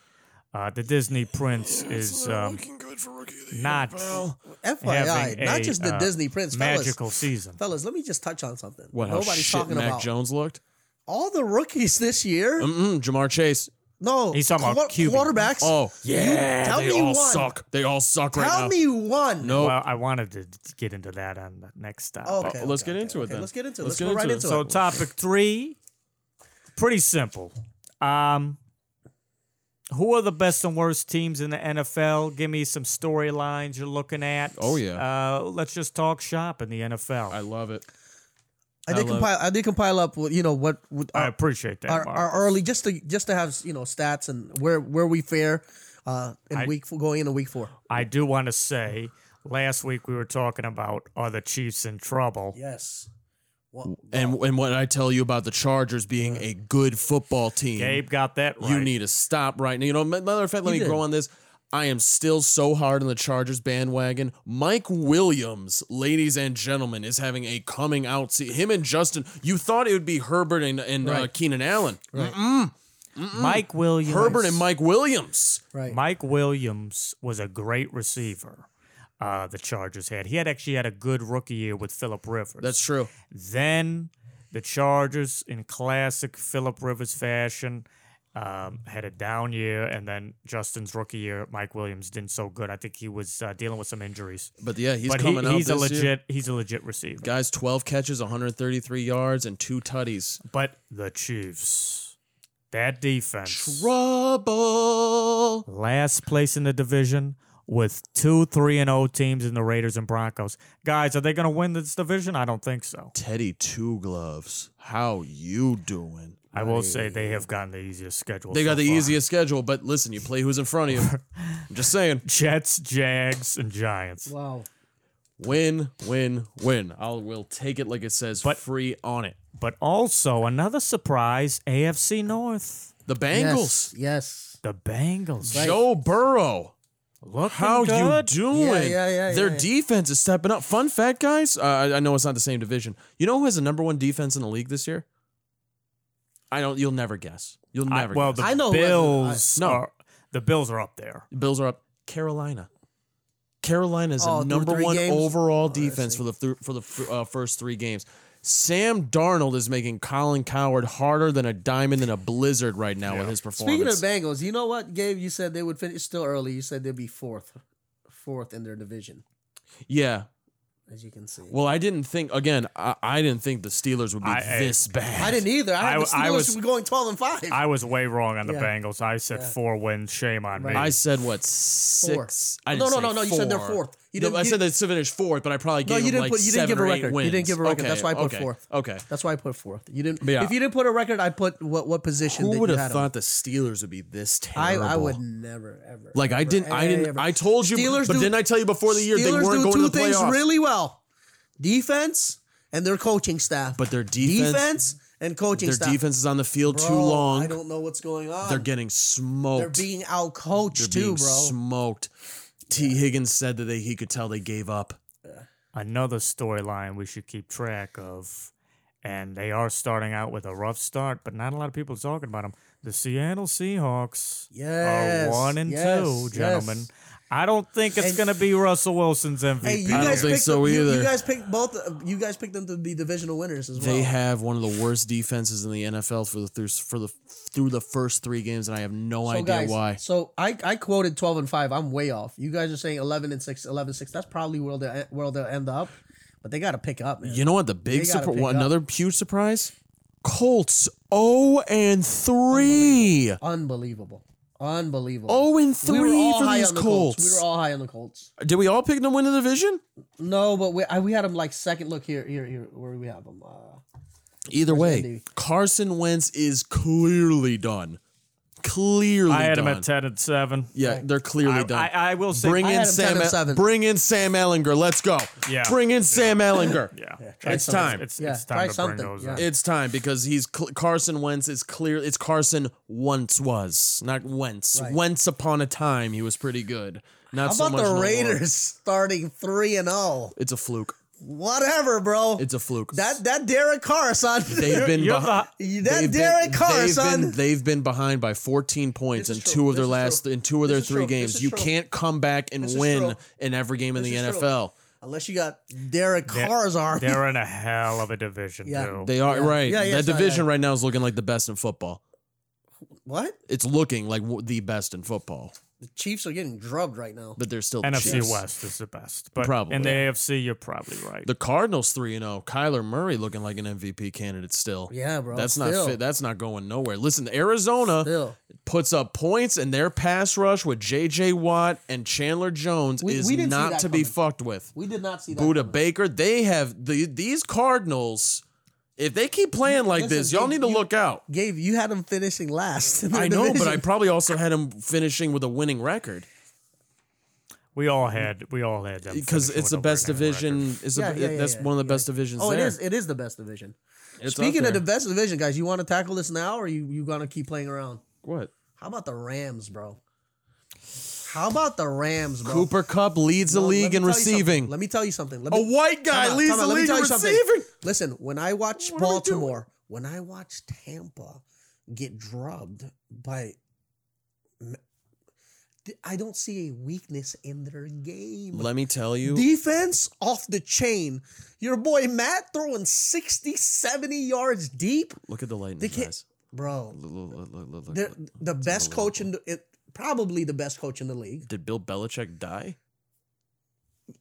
D: Uh, the Disney Prince is um, not
F: FYI,
D: having
F: not
D: a,
F: just the
D: uh,
F: Disney Prince,
D: magical
F: fellas.
D: season.
F: Fellas, let me just touch on something.
C: What? How
F: Nobody's
C: shit
F: talking
C: Mac
F: about
C: Jones Um, looked.
F: all the rookies this year.
C: Mm-mm, Jamar Chase.
F: no,
D: He's talking about QB.
F: quarterbacks.
C: Oh yeah,
F: tell
C: they
F: me
C: all
F: one.
C: suck. They all suck right
F: Tell
C: now.
F: me one.
C: no,
D: Well, I wanted to get into that on the next topic.
F: Okay,
C: let's
F: okay,
C: get
F: okay,
C: into it
F: okay.
C: then.
F: Let's get into it.
C: Let's
F: Let's,
C: get
F: go right
C: into it.
F: into it.
D: So, topic three, pretty simple. Um, who are the best and worst teams in the NFL? Give me some storylines you're looking at.
C: Oh, yeah.
D: Uh, let's just talk shop in the NFL.
C: I
D: I,
C: love it.
F: I did
C: love-
F: compile. I did compile up. what- You know what? what our,
D: appreciate that.
F: our, our
D: Marcus.
F: early just to just to have you know stats and where where we fare uh, in
D: I-
F: week four, going into week four.
D: I do want to say last week we were talking about are the Chiefs in trouble?
F: Yes. Well,
C: And and what I tell you about the Chargers being a good football team,
D: Gabe got that right.
C: you need to stop right now. You know, ma- matter of fact, let
F: You
C: me grow
F: did.
C: on this. I am still so hard on the Chargers bandwagon. Mike Williams, ladies and gentlemen, is having a coming out. See him and Justin. You thought it would be Herbert and, and uh,
F: Right.
C: Keenan Allen.
D: Mike Williams.
C: Herbert and Mike Williams.
F: right.
D: Mike Williams was a great receiver. Uh, the Chargers had. He had actually had a good rookie year with Philip Rivers.
C: That's true.
D: Then the Chargers, in classic Philip Rivers fashion, um, had a down year, and then Justin's rookie year, Mike Williams didn't so good. I think he was uh, dealing with some injuries.
C: But yeah, he's
D: but he,
C: coming out.
D: he's a
C: this year.
D: legit he's a legit receiver.
C: Guys, 12 catches, 133 yards, and two tutties.
D: But the Chiefs, that defense,
C: Trouble.
D: last place in the division with two three and O teams in the Raiders and Broncos. Guys, are they going to win this division? I don't think so.
C: Teddy Two Gloves, how you doing?
D: I will say they have gotten the easiest schedule.
C: They
D: so
C: got the
D: far.
C: easiest schedule, but listen, you play who's in front of you. I'm just saying,
D: Jets, Jags, and Giants.
F: Wow.
C: win, win, win. I'll will take it like it says,
D: But-
C: free on it.
D: but also another surprise AFC North.
C: The Bengals.
F: Yes.
D: The Bengals.
F: Right.
C: Joe Burrow.
D: Looking
C: How you
D: good.
C: doing?
F: Yeah, yeah, yeah,
C: Their
F: yeah.
C: defense is stepping up. Fun fact, guys. Uh, I- I know it's not the same division. You know who has the number one defense in the league this year? I don't. You'll never guess. You'll
D: I-
C: never.
D: well,
C: guess.
D: the
F: I know who-
D: Bills.
C: I- No.
D: are, the Bills are up there.
C: The Bills are up. Carolina. Carolina is
F: Oh,
C: the
F: through
C: number
F: three
C: one
F: games? Oh,
C: overall defense for the th- for the f- uh, first three games. Sam Darnold is making Colin Coward harder than a diamond in a blizzard right now with his performance.
F: Speaking of Bengals, you know what, Gabe? You said they would finish still early. You said they'd be fourth, fourth in their division,
C: yeah.
F: as you can see.
C: Well, I didn't think again. I, I didn't think the Steelers would be
D: I- I-
C: this bad.
F: I didn't either. I, had
D: I-
F: the
D: I
F: Steelers
D: was-
F: were going twelve and five.
D: I was way wrong on the
F: Yeah.
D: Bengals. I said four wins. Shame on
F: Right.
D: me.
C: I said what six? I didn't
F: No, no,
C: say
F: no, no, you said they're
C: four.
F: fourth. You
C: No,
F: didn't-
C: I
F: you-
C: said they finished fourth, but I probably gave
F: No, you
C: them
F: didn't
C: like
F: put- you didn't
C: seven
F: give a
C: or eight
F: record. You didn't
C: wins.
F: give a record. That's why I put
C: okay,
F: fourth.
C: Okay.
F: That's why I put fourth. You didn't.
C: Yeah.
F: If you didn't put a record, I put what what position?
C: Who
F: did
C: would
F: you
C: have
F: had 'em?
C: thought the Steelers would be this
F: I,
C: terrible?
F: I would never ever.
C: Like I
F: ever,
C: didn't, I didn't.
F: ever.
C: I told you,
F: Steelers
C: but
F: do-
C: didn't I tell you before the year they
F: Steelers
C: weren't
F: do
C: going
F: two
C: to the
F: things
C: playoffs?
F: really well: defense and their coaching staff.
C: But their defense-
F: defense and coaching
C: Their
F: staff.
C: defense is on the field too
F: Bro, I
C: long.
F: don't know what's going on.
C: They're getting smoked.
F: They're being out coached
C: They're being
F: too, bro.
C: Smoked. T. Higgins said that they, he could tell they gave up.
D: Another storyline we should keep track of. And they are starting out with a rough start, but not a lot of people are talking about them. The Seattle Seahawks
F: Yes,
D: are one and
F: yes,
D: two, gentlemen.
F: yes.
D: I don't think it's
F: And-
D: going to be Russell Wilson's MVP.
F: Hey, you
C: don't
F: guys
C: think
F: picked
C: so
F: them, you- You,
C: either.
F: guys picked both. uh, You guys picked them to be divisional winners as well.
C: They have one of the worst defenses in the NFL for the through for the through the first three games, and I have no
F: so
C: idea
F: guys,
C: why.
F: So I, I quoted twelve and five. I'm way off. You guys are saying eleven and six, 11 and six. That's probably where they where they'll end up. But they got to pick up, man.
C: You know what? The big
F: They gotta
C: surprise.
F: pick up.
C: Another huge surprise. Colts zero and three.
F: Unbelievable. Unbelievable.
C: Zero and Oh, three
F: we were all
C: for
F: high
C: these
F: on the
C: Colts.
F: Colts. We were all high on the Colts.
C: Did we all pick them to win the division?
F: No, but we I, we had them like second. Look here, here, here. Where do we have them? Uh,
C: Either way,
F: Indy?
C: Carson Wentz is clearly done. Clearly,
D: I had
C: done.
D: him at 10 and 7.
C: Yeah, they're clearly
D: I,
C: done.
D: I, I will say,
C: bring
F: I
C: in
F: had him 10
C: Sam.
F: and
C: El-
F: seven.
C: Bring in Sam Ellinger. Let's go.
D: Yeah.
C: Bring in Sam Ellinger.
D: yeah,
C: it's
F: something.
C: time.
D: it's,
F: Yeah,
D: it's
F: try
D: time to bring
F: something,
D: those
F: yeah.
D: up.
C: It's time because he's cl- Carson Wentz is clear. It's Carson once was not Wentz.
F: Right.
C: Once upon a time, he was pretty good. Not
F: How
C: so
F: about
C: much no
F: the
C: more.
F: Raiders starting three and zero?
C: It's a fluke.
F: Whatever, bro.
C: It's a fluke.
F: that that Derek Carr, son.
C: they've been
D: You're
C: behind.
F: that
C: They've been-
F: Derek Carr,
C: they've
F: son.
C: Been, they've been behind by 14 points
F: This
C: in
F: is
C: two
F: true.
C: of their
F: This is
C: last
F: true.
C: in two of their
F: This is
C: three
F: true.
C: games.
F: This is
C: You
F: true.
C: can't come back and
F: This is
C: win
F: true.
C: in every game
F: This
C: in the
F: is true.
C: NFL.
F: Unless you got Derek
D: They're-
F: Carr's arm.
D: They're in a hell of a division,
F: Yeah.
D: too.
C: They are right.
F: Yeah, yeah,
C: that
F: so-
C: division
F: yeah.
C: right now is looking like the best in football.
F: what?
C: It's looking like w- the best in football,
F: The Chiefs are getting drubbed right now.
C: but they're still the
D: NFC
C: Chiefs.
D: West is the best, but
C: Probably.
D: in the AFC, you're probably right.
C: The Cardinals three and zero. Kyler Murray looking like an MVP candidate still.
F: Yeah, bro,
C: That's not
F: still.
C: fit. That's not going nowhere. Listen, Arizona
F: Still.
C: puts up points, and their pass rush with J.J. Watt and Chandler Jones
F: We-
C: is
F: we didn't see
C: not
F: that
C: to be
F: coming.
C: fucked with.
F: We did not see that.
C: Buda
F: coming.
C: Baker. They have the these Cardinals. If they keep playing like
F: Listen,
C: this, y'all
F: you-
C: need to
F: you-
C: look out.
F: Gabe, you had them finishing last. in the
C: I know, but I
F: division.
C: probably also had them finishing with a winning record
D: we all had, we all had them
C: because
D: finishing
C: it's
D: with
C: the
D: a
C: best
D: winning record.
C: division. Is
F: Yeah,
C: a,
F: yeah, yeah,
C: that's
F: yeah,
C: one of the
F: yeah.
C: best divisions.
F: Oh, it
C: there.
F: is. It is the best division.
C: It's up
F: Speaking of the
C: there.
F: best division, guys, you want to tackle this now, or you you gonna keep playing around?
C: what
F: How about the Rams, bro? How about the Rams, bro?
C: Cooper Cup leads the
F: No, let
C: league
F: me
C: in
F: tell you something.
C: receiving.
F: Let me tell you something. Let
C: A
F: me,
C: white guy
F: Time out,
C: leads
F: time out.
C: the
F: Let me
C: league
F: tell
C: in
F: you something.
C: receiving.
F: Listen, when I watch
C: What are we
F: Baltimore, when I watch Tampa get drubbed by, I don't see a weakness in their game.
C: Let me tell you,
F: Defense off the chain. Your boy Matt throwing 60, 70 yards deep.
C: look at the
F: They
C: lightning
F: can't-
C: guys.
F: Bro,
C: Look, look, look, look, look, look,
F: they're
C: look.
F: the best coach in the, it, probably the best coach in the league.
C: Did Bill Belichick die?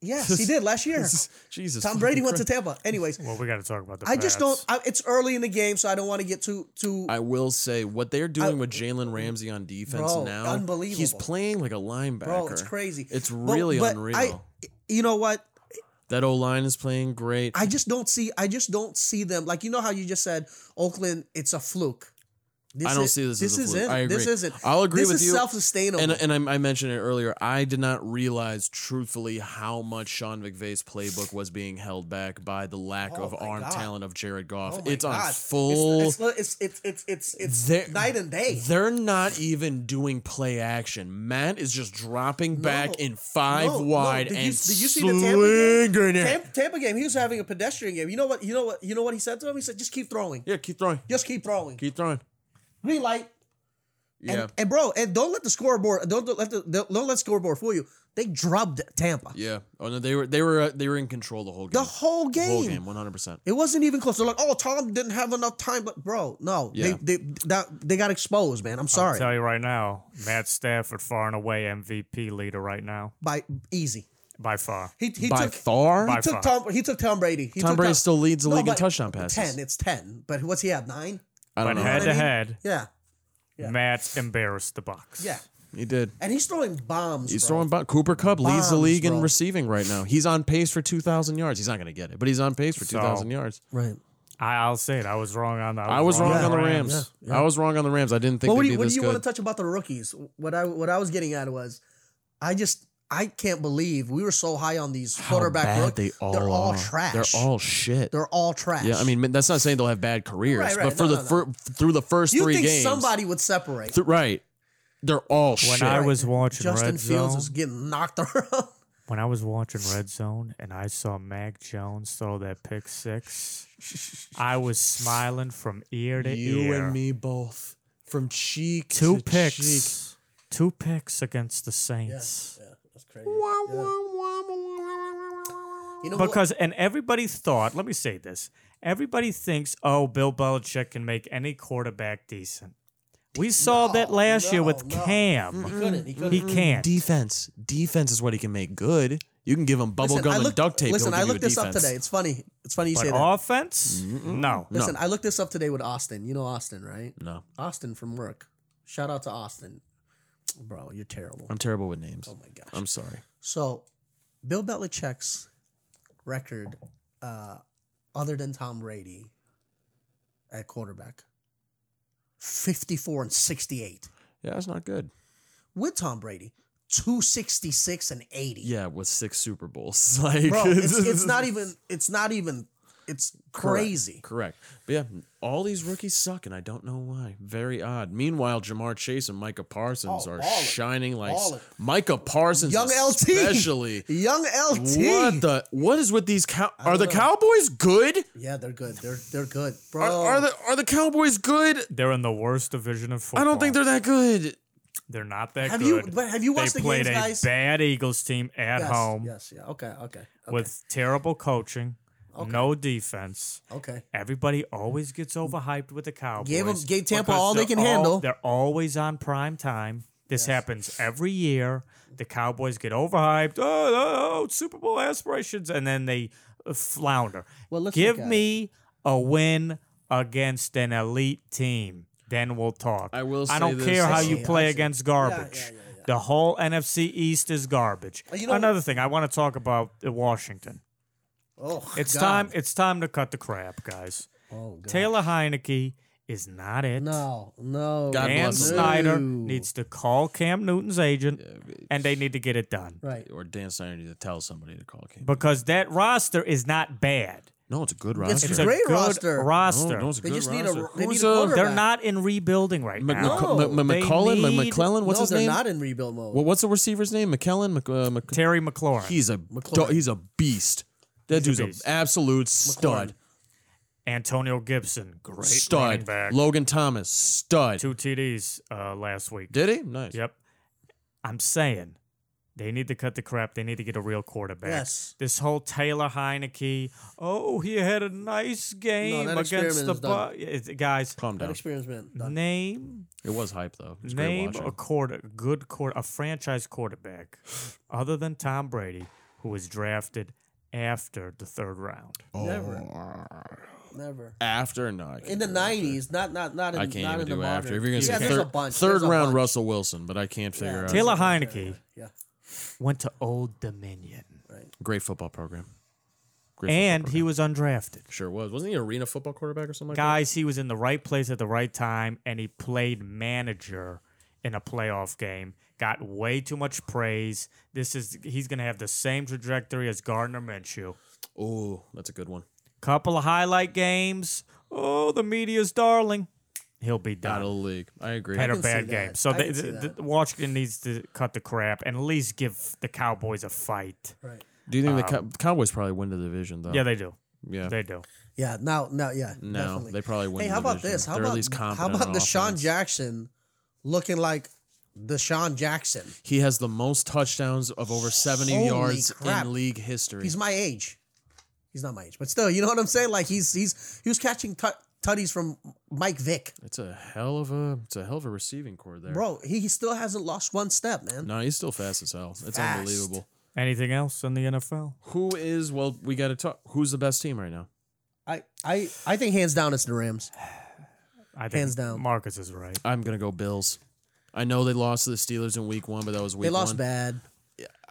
F: Yes, he did last year.
C: This is- Jesus.
F: Tom Brady went to Tampa. Anyways,
D: Well, we got to talk about the.
F: I just
D: Pats.
F: don't. I, it's early in the game, so I don't want to get too too.
C: I will say what they're doing
F: I-
C: with Jalen Ramsey on defense
F: Bro,
C: now. He's
F: unbelievable.
C: playing like a linebacker.
F: bro, it's crazy.
C: It's
F: But-
C: really
F: but
C: unreal.
F: I, you know what?
C: that O line is playing great.
F: I just don't see. I just don't see them. Like you know how you just said, Oakland. It's a fluke. This
C: I don't
F: is-
C: see this, as
F: This
C: a
F: is
C: fluke.
F: it.
C: I agree.
F: This is it.
C: I'll agree
F: this
C: with
F: is
C: you.
F: Self-sustainable.
C: And and I, I mentioned it earlier. I did not realize, truthfully, how much Sean McVay's playbook was being held back by the lack
F: Oh
C: of
F: my
C: arm
F: God.
C: talent of Jared Goff.
F: Oh my
C: it's
F: God.
C: on full.
F: It's it's it's it's it's, it's
C: They're-
F: night and day.
C: They're not even doing play action. Matt is just dropping back in five
F: No, no.
C: wide
F: Did you-
C: and
F: did you see the Tampa
C: slinging it.
F: Tampa, Tampa game. He was having a pedestrian game. You know what? You know what? You know what he said to him? He said, "Just keep throwing.
C: Yeah, keep throwing.
F: Just keep throwing.
C: Keep throwing.
F: Green light."
C: Yeah.
F: And, and bro, and don't let the scoreboard don't, don't let the don't don't let scoreboard fool you. They drubbed Tampa
C: yeah. Oh no, they were they were uh, they were in control the whole game.
F: the whole game.
C: whole game, one hundred percent.
F: It wasn't even close. They're like, "Oh, Tom didn't have enough time," but bro, no,
C: Yeah.
F: they they that, they got exposed, man. I'm
D: I'll
F: sorry,
D: tell you right now, Matt Stafford far and away MVP leader right now
F: by easy.
D: by far.
F: He he
C: By
F: took
C: far,
D: By
F: he took
D: far.
F: Tom he took Tom Brady. He
C: Tom
F: took
C: Brady still leads the league in
F: but
C: touchdown passes.
F: Ten, it's ten. But what's he have? Nine.
C: I don't
D: But
C: know.
D: head to head,
F: Yeah,
D: Matt embarrassed the box.
F: yeah.
C: He did.
F: And he's throwing bombs.
C: He's
F: bro.
C: throwing. Bu- Cooper Cup leads the
F: Bombs,
C: league
F: bro.
C: in receiving right now. He's on pace for two thousand yards. He's not going to get it, but he's on pace for two thousand yards.
F: right.
D: I, I'll say it. I was wrong on that.
C: I was wrong on the
D: Rams.
C: Rams. I was wrong on the Rams. I didn't think
F: Well, what
C: they'd
F: do
C: be
F: you, what do
C: this
F: you
C: good.
F: want to touch about the rookies? What I what I was getting at was, I just I can't believe we were so high on these quarterback
C: bad
F: rook-
C: they all
F: They're all
C: are.
F: trash.
C: They're all shit.
F: They're all trash.
C: yeah, I mean that's not saying they'll have bad careers,
F: Right, right.
C: but for
F: No,
C: the
F: no, no.
C: fir- through the first
F: you
C: three
F: think
C: games,
F: somebody would separate?
C: th- right? They're all
D: When
C: shit.
D: I was watching
F: Justin
D: Red
F: Fields
D: Zone,
F: is getting knocked around.
D: when I was watching Red Zone and I saw Mac Jones throw that pick six, I was smiling from ear to ear.
C: me both, from cheek
D: Two picks. Two picks against the Saints.
F: That's crazy. You know what?
D: Because and everybody thought, let me say this. Everybody thinks, oh, Bill Belichick can make any quarterback decent. We saw that last year with
F: no, no.
D: Cam.
F: He couldn't. He couldn't.
D: He can't.
C: Defense, defense is what he can make good. You can give him bubble
F: Listen, I
C: gum and
F: looked-
C: duct tape.
F: Listen,
C: he'll
F: I
C: give you a
F: looked this up
C: defense.
F: today. It's funny. It's funny you
D: But
F: say that.
D: offense? No.
F: Listen, I looked this up today with Austin. You know Austin, right?
C: No,
F: Austin from work. Shout out to Austin. Bro, you're terrible.
C: I'm terrible with names. Oh
F: my gosh.
C: I'm sorry.
F: So, Bill Belichick's record, uh, other than Tom Brady, at quarterback, fifty-four and sixty-eight
C: Yeah, that's not good.
F: with Tom Brady, two sixty-six and eighty.
C: Yeah, with six Super Bowls, like
F: bro, it's, it's not even. It's not even. It's crazy.
C: Correct. But yeah, all these rookies suck, and I don't know why. Very odd. Meanwhile, Jamar Chase and Micah Parsons
F: Oh,
C: are
F: ballin'.
C: shining like
F: Ballin'.
C: Micah Parsons,
F: Young LT,
C: especially.
F: Young LT.
C: What the? What is with these? Cow- are the
F: know.
C: Cowboys good?
F: Yeah, they're good. They're they're good, bro.
C: Are, are the Are the Cowboys good?
D: They're in the worst division of football.
C: I don't think they're that good.
D: They're not that
F: Have you-
D: good.
F: but have you watched
D: they
F: the
D: played
F: games,
D: a
F: guys?
D: bad Eagles team at
F: yes,
D: home
F: Yes, yeah. Okay, okay. okay
D: with terrible coaching, no defense.
F: okay.
D: Everybody always gets overhyped with the Cowboys.
F: Gave Mm. 'em- gave Tampa
D: because
F: all they
D: they're
F: can handle.
D: They're always on prime time. This happens every year. The Cowboys get overhyped. Oh, oh, oh, Super Bowl aspirations, and then they uh, flounder.
F: Well, let's
D: give
F: look at
D: me a win against an elite team. Then we'll talk.
C: I will say
D: I don't
C: this-
D: care how
C: I
D: you
F: see, I
D: play
F: see.
D: against garbage.
F: yeah,
D: The whole NFC East is garbage.
F: you know-
D: Another thing I want to talk about uh, Washington.
F: Oh,
D: It's
F: God.
D: time. It's time to cut the crap, guys.
F: Oh, God.
D: Taylor Heineke is not it.
F: No, no.
C: God
D: Dan
C: bless him.
D: Snyder
F: No.
D: needs to call Cam Newton's agent, and they need to get it done
F: Right.
C: Or Dan Snyder needs to tell somebody to call Cam.
D: because that roster is not bad.
C: No, it's a good roster.
D: It's
F: a great
D: good
F: roster.
D: roster.
C: No, no, it's a
F: They
C: good
F: just need a-
C: roster.
F: they need
C: Who's,
F: a
C: uh,
F: quarterback.
D: They're not in rebuilding right
C: Mc-
D: now.
C: Mc- Mc-
D: They
C: McCullen, Mc-
D: need-
C: McClellan, what's
F: no,
C: his
F: they're
C: name?
F: not in rebuild mode.
C: Well, what's the receiver's name? McKellen? Mc, uh, Mc,
D: Terry McLaurin.
C: he's a
F: McLaurin.
C: do- he's a beast. That
D: a
C: dude's an
D: beast.
C: absolute stud.
D: Antonio Gibson, great running
C: Stud.
D: back.
C: Logan Thomas, stud.
D: Two TDs uh, last week.
C: Did he? Nice.
D: Yep. I'm saying they need to cut the crap. They need to get a real quarterback.
F: Yes.
D: This whole Taylor Heineke. Oh, he had a nice game
F: that
D: against
F: experiment
D: the
F: is done.
D: Bu- it's- guys.
C: Calm
F: that
C: down.
F: experience, man.
C: Mm-hmm.
F: Done.
D: Name
C: It was hype though. It was great
D: name
C: watching.
D: a quarter good quarter a franchise quarterback other than Tom Brady who was drafted after the third round.
F: Never. Never.
C: After no, I can't
F: In the
C: do after.
F: nineties, not not not in
C: I can't
F: not
C: even
F: in
C: do
F: the
C: after. If
F: modern.
C: you're gonna say
F: yeah, there's a
C: third,
F: bunch.
C: third
F: There's a
C: round
F: bunch.
C: Russell Wilson, but I can't figure out
D: Taylor Heineke
F: Yeah.
D: went to Old Dominion.
C: great football program. Great
D: and
C: football
D: he was undrafted.
C: Sure was. Wasn't he an arena football quarterback or something like that?
D: Guys, he was in the right place at the right time, and he played manager in a playoff game. Got way too much praise. This is he's gonna have the same trajectory as Gardner Minshew.
C: Oh, that's a good one.
D: Couple of highlight games. Oh, the media's darling. He'll be
C: Out of
D: done.
C: the league. I agree.
D: Had a
F: can see
D: bad
F: that.
D: game. So
F: I
D: the,
F: can see
D: the,
F: that.
D: Washington needs to cut the crap and at least give the Cowboys a fight.
F: Right.
C: Do you think the Cow- Cowboys probably win the division though?
D: Yeah, they do.
C: yeah.
D: They do.
F: Yeah. Now. Now. Yeah.
C: no,
F: definitely.
C: they probably win.
F: Hey,
C: the
F: how about
C: division.
F: this? How
C: They're
F: about
C: at least competent
F: how about
C: on
F: Deshaun
C: offense.
F: Jackson looking like Deshaun Jackson?
C: He has the most touchdowns of over seventy
F: Holy
C: yards
F: crap.
C: in league history.
F: He's my age. He's not my age, but still, you know what I'm saying? Like he's he's he was catching tut tutties from Mike Vick,
C: it's a hell of a it's a hell of a receiving core there.
F: bro. He, he still hasn't lost one step, man.
C: No, he's still fast as hell. It's
F: Fast.
C: unbelievable.
D: Anything else in the NFL?
C: Who is well? We got to talk. Who's the best team right now?
F: I I I think hands down it's the Rams.
D: I think
F: Hands down.
D: Marcus is right.
C: I'm gonna go Bills. I know they lost to the Steelers in Week One, but that was Week
F: They lost
C: One.
F: bad.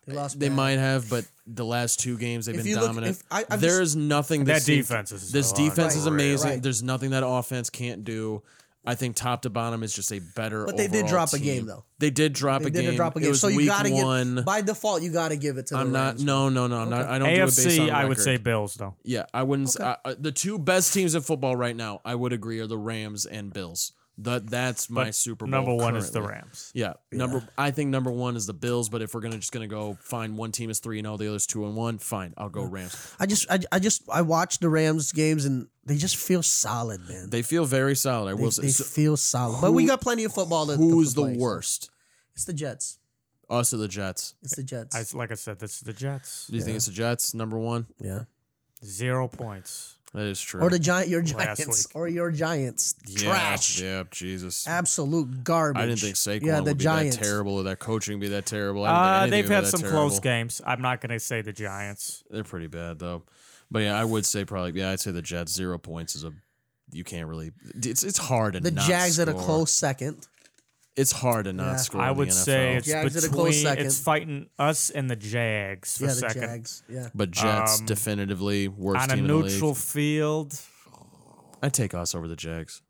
F: They lost.
C: They
F: bad.
C: might have, but the last two games they've
F: If
C: been
F: you look-
C: dominant.
F: if I- I'm
C: There
F: just-
C: is nothing this
D: that
C: team-
D: defense is
C: this
D: still on
C: defense is
F: Right,
C: amazing.
F: right.
C: There's nothing that offense can't do. I think top to bottom is just a better.
F: But they did
C: overall
F: drop a
C: team.
F: game, though.
C: They did drop
F: They
C: a
F: did
C: game.
F: a drop
C: It
F: again,
C: was
F: so you
C: week
F: gotta
C: one.
F: give by default. You gotta give it to. The
C: I'm not.
F: Rams.
C: No, no, no. I'm not, I don't do it based on
D: AFC, I would
C: record.
D: say Bills though.
C: Yeah, I wouldn't. s- I- I- the two best teams in football right now, I would agree, are the Rams and Bills. That that's my Super Bowl.
D: Number one is the
C: currently.
D: Rams.
C: Yeah, number. I think number one is the Bills. But if we're gonna just gonna go find one team is three and all the others two and one, fine, I'll go Rams.
F: I just I, I just I watched the Rams games and they just feel solid, man. They,
C: They feel very solid. I will say.
F: they
C: So
F: feel solid. but we got plenty of football. To, to
C: who's the
F: play, so-
C: worst?
F: It's the Jets.
C: Us or the Jets?
F: It's the Jets.
D: I, like I said, that's the Jets.
C: Do you think it's the Jets number one?
F: yeah.
D: Zero points.
C: That is true.
F: Or the giant, your
D: Last
F: Giants,
D: week.
F: or your Giants,
C: yeah,
F: trash,
C: Yeah, Jesus.
F: absolute garbage.
C: I didn't think Saquon
F: Yeah, the
C: would be
F: Giants.
C: that terrible or that coaching be that terrible. I
D: Uh,
C: didn't think anything
D: they've
C: would
D: had
C: be that
D: some
C: terrible.
D: close games. I'm not going to say the Giants.
C: They're pretty bad though. But yeah, I would say probably yeah, I'd say the Jets zero points is a you can't really it's it's hard to
F: The
C: not
F: Jags at a
C: score.
F: close second.
C: It's hard to not
F: Yeah.
C: score.
D: I
C: in the
D: would say
C: NFL.
D: it's
F: Jags at a
D: between
F: close second.
D: it's fighting us and the Jags for
F: Yeah, the
D: second
F: Jags. Yeah,
C: but Jets
D: um,
C: definitively worst
D: on a
C: team in the
D: neutral
C: league.
D: field.
C: I take us over the Jags.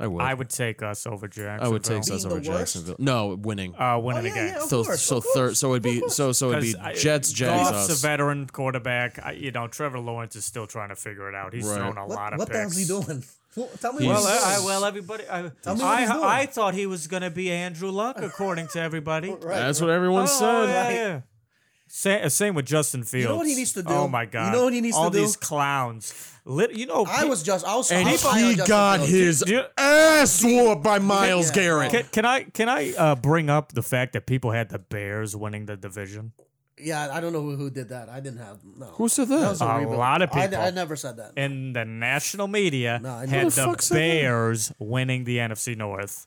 C: I would.
D: I would take us over Jacksonville.
C: I would take
F: Being
C: us
F: the
C: over
F: worst?
C: Jacksonville. No, winning.
D: uh, winning
F: Oh,
D: the
F: yeah,
D: game.
F: yeah, of
C: so
F: course,
C: so
F: of course,
C: third so it'd be so so it'd be
D: 'Cause I-
C: Jets Jags
D: Goff's
C: us.
D: a veteran quarterback. I, you know, Trevor Lawrence is still trying to figure it out. He's
C: Right.
D: thrown a lot
F: What,
D: of
F: what the
D: picks.
F: hell's he doing? Well, tell me.
C: He's-
F: What
D: Well,
F: he's
D: I, I-
F: doing.
D: well, everybody. I,
F: me what he's doing.
D: I, I thought he was going to be Andrew Luck, according to everybody.
F: Right.
C: That's what everyone
D: Oh,
C: said.
D: yeah, yeah. Sa- same with Justin Fields.
F: know what he needs to do?
D: Oh my
F: You
D: God!
F: know what he needs to
D: All
F: do?
D: these clowns. Lit- you know,
F: I
D: pe-
F: was just, I was,
C: And
F: I was high on
C: he
F: Justin
C: got
F: Fields.
C: his
D: Yeah.
C: ass whooped by Miles
F: Yeah.
C: Garrett.
D: Can, can I can I uh, bring up the fact that people had the Bears winning the division?
F: Yeah, I don't know who, who did that. I didn't have no.
C: Who said that?
F: That was a,
D: A
F: rebuild.
D: lot of
F: Oh, I-
D: people.
F: I, never said that.
D: And the national media
F: No, I know.
D: had
F: Who the
D: the,
C: fuck said that?
D: Bears winning the NFC North,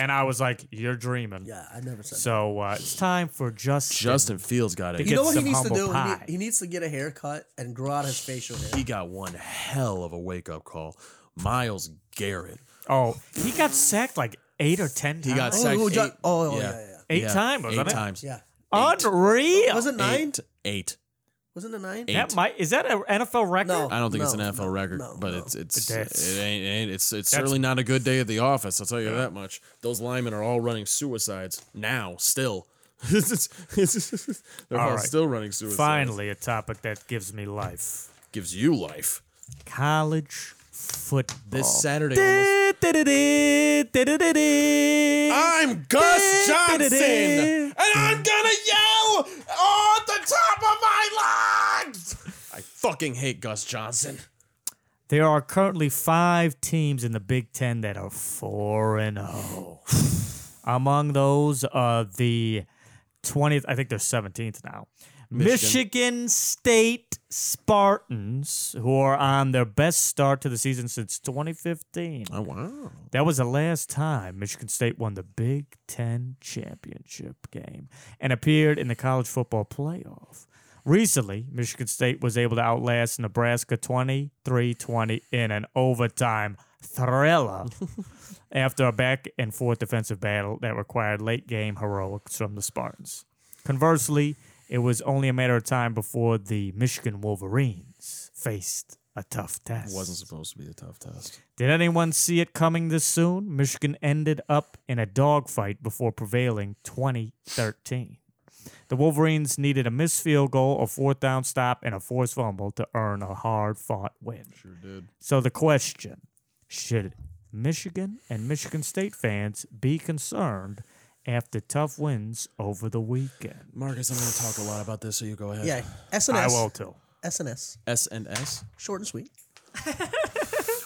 D: and I was like, "You're dreaming."
F: yeah, I never said. that.
D: So uh, it's time for Justin.
C: Justin Fields got it.
D: He
F: You know
D: get
F: what he
D: some
F: needs to
D: humble
F: do? He,
D: pie.
F: need- he needs to get a haircut and grow out his facial hair.
C: He got one hell of a wake up call. Miles Garrett.
D: Oh, he got sacked like eight or ten.
C: He got
D: times.
C: sacked.
F: oh,
C: eight,
F: Ju- oh, oh, yeah, yeah, yeah.
D: Eight times,
C: Eight
D: wasn't it?
C: times.
F: Yeah,
D: unreal.
F: was it nine?
C: Eight. Eight.
F: Wasn't it nine?
C: Eight.
D: That might is that an NFL record?
F: No.
C: I don't think it's an
F: No,
C: NFL
F: no,
C: record,
F: no,
C: but
F: no.
C: it's it's
D: That's-
C: it ain't, it ain't it's it's
D: That's-
C: certainly not a good day at the office. I'll tell you that much. Those linemen are all running suicides now, still. They're all,
D: All right.
C: still running suicides.
D: Finally, a topic that gives me life.
C: gives you life.
D: College football.
C: This Saturday, almost- Ah!
D: Saturday.
C: I'm Gus Johnson, and I'm gonna yell on the top of my lungs. I fucking hate Gus Johnson.
D: There are currently five teams in the Big Ten that are four and zero. Among those are the twentieth. I think they're seventeenth now. Michigan State Spartans, who are on their best start to the season since 2015.
C: Oh wow!
D: That was the last time Michigan State won the Big Ten championship game and appeared in the college football playoff. Recently, Michigan State was able to outlast Nebraska 23 20 in an overtime thriller after a back and forth defensive battle that required late game heroics from the Spartans. Conversely, It was only a matter of time before the Michigan Wolverines faced a tough test.
C: Wasn't supposed to be a tough test.
D: Did anyone see it coming this soon? Michigan ended up in a dogfight before prevailing 2013. The Wolverines needed a missed field goal, a fourth down stop, and a forced fumble to earn a hard fought win.
C: Sure did.
D: So the question should Michigan and Michigan State fans be concerned after tough wins over the weekend?
C: Marcus, I'm going to talk a lot about this, so you go ahead.
F: Yeah, S and
D: I
F: S.
D: will too.
F: S and S.
C: S and S.
F: Short and sweet.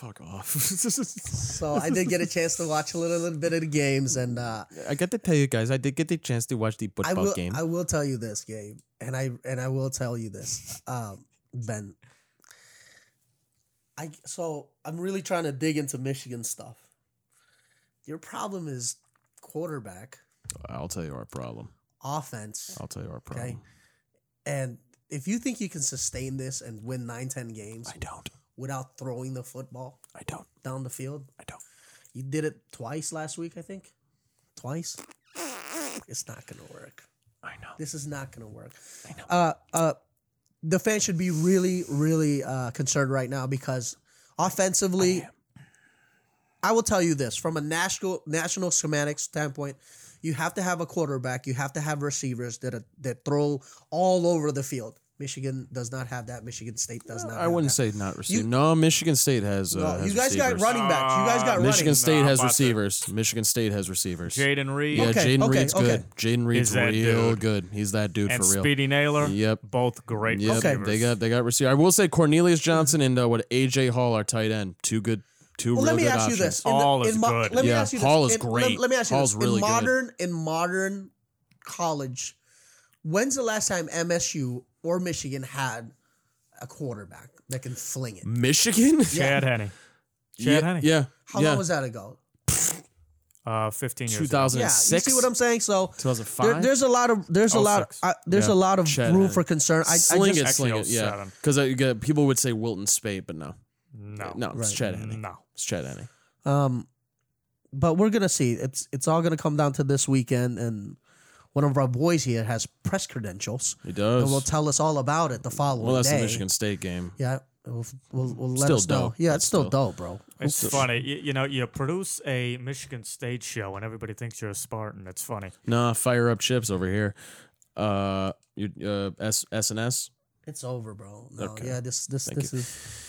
C: Fuck off.
F: So I did get a chance to watch a little, little bit of the games, and uh,
C: I got to tell you guys, I did get the chance to watch the
F: I
C: football
F: will. uh,
C: game.
F: I will tell you this, Gabe, and I and I will tell you this, um, Ben. I so I'm really trying to dig into Michigan stuff. Your problem is quarterback,
C: I'll tell you our problem.
F: offense,
C: I'll tell you our problem.
F: okay, and if you think you can sustain this and win nine, ten games
C: I don't.
F: without throwing the football
C: I don't.
F: down the field,
C: I don't.
F: You did it twice last week, I think. Twice. It's not gonna work.
C: I know.
F: This is not gonna work. Uh, uh, the fans should be really, really uh, concerned right now because offensively, I, will tell you this from a national national schematic standpoint. You have to have a quarterback. You have to have receivers that are, that throw all over the field. Michigan does not have that. Michigan State does not.
C: I
F: have
C: wouldn't
F: that.
C: say not receive.
F: You-
C: no, Michigan State has.
F: No,
C: Uh, has
F: you guys
C: receivers. Ah,
F: got running backs. You guys got
C: Michigan
F: running.
C: State
D: Nah,
C: has
D: about to-
C: receivers. Michigan State has receivers.
D: Jaden Reed
C: Yeah,
F: Okay,
C: Jaden
F: okay,
C: Reed's
F: okay.
C: good. Jaden Reed's
D: that
C: real
D: dude.
C: good. He's that dude
D: and
C: for real.
D: Speedy Naylor.
C: Yep.
D: Both great
C: Yep,
F: Okay.
D: receivers.
C: they got they got receiver. I will say Cornelius Johnson and uh, what AJ Hall are tight end. Two good, two
F: Well,
C: real
F: let me
C: good
F: ask
C: options.
F: you this.
D: Hall is
F: mo-
D: good.
F: Let me
C: Yeah,
F: ask you
C: Hall
F: this.
C: is
F: In- let-
C: great.
F: Let, me ask you
C: Hall's
F: this.
C: really
F: in
C: good.
F: modern in modern college, when's the last time MSU or Michigan had a quarterback that can fling it?
C: Michigan.
D: Chad Henney.
C: yeah,
D: Chad Henne.
C: yeah,
F: How
C: yeah.
F: long was that ago?
D: Uh, 15 years. ago.
C: 2006.
F: Yeah, you see what I'm saying? So
C: 2005.
F: there, there's a lot of there's a lot
D: 06.
F: uh, there's
C: Oh, Yeah.
F: a lot of
C: Chad
F: room
C: Henne.
F: for concern. I, I
C: sling
F: just,
C: it, sling it.
D: Actually,
C: Yeah,
D: 07.
C: because people would say Wilton Spate, but no,
D: No.
C: no, it's Chad Henne.
D: No.
C: It's Chad Henne.
F: Um, but we're gonna see. It's it's all gonna come down to this weekend, and one of our boys here has press credentials.
C: He does.
F: And will tell us all about it the following
C: well, that's
F: day.
C: the Michigan State game.
F: Yeah, we'll, we'll, we'll let
C: Still
F: us know.
C: dope.
F: Yeah,
C: That's
F: it's still
C: dope.
F: dope, bro.
D: It's funny. You, you know, you produce a Michigan State show and everybody thinks you're a Spartan. It's funny.
C: Nah, fire up chips over here. Uh, you uh S S and S.
F: It's over, bro. No, yeah, this this this is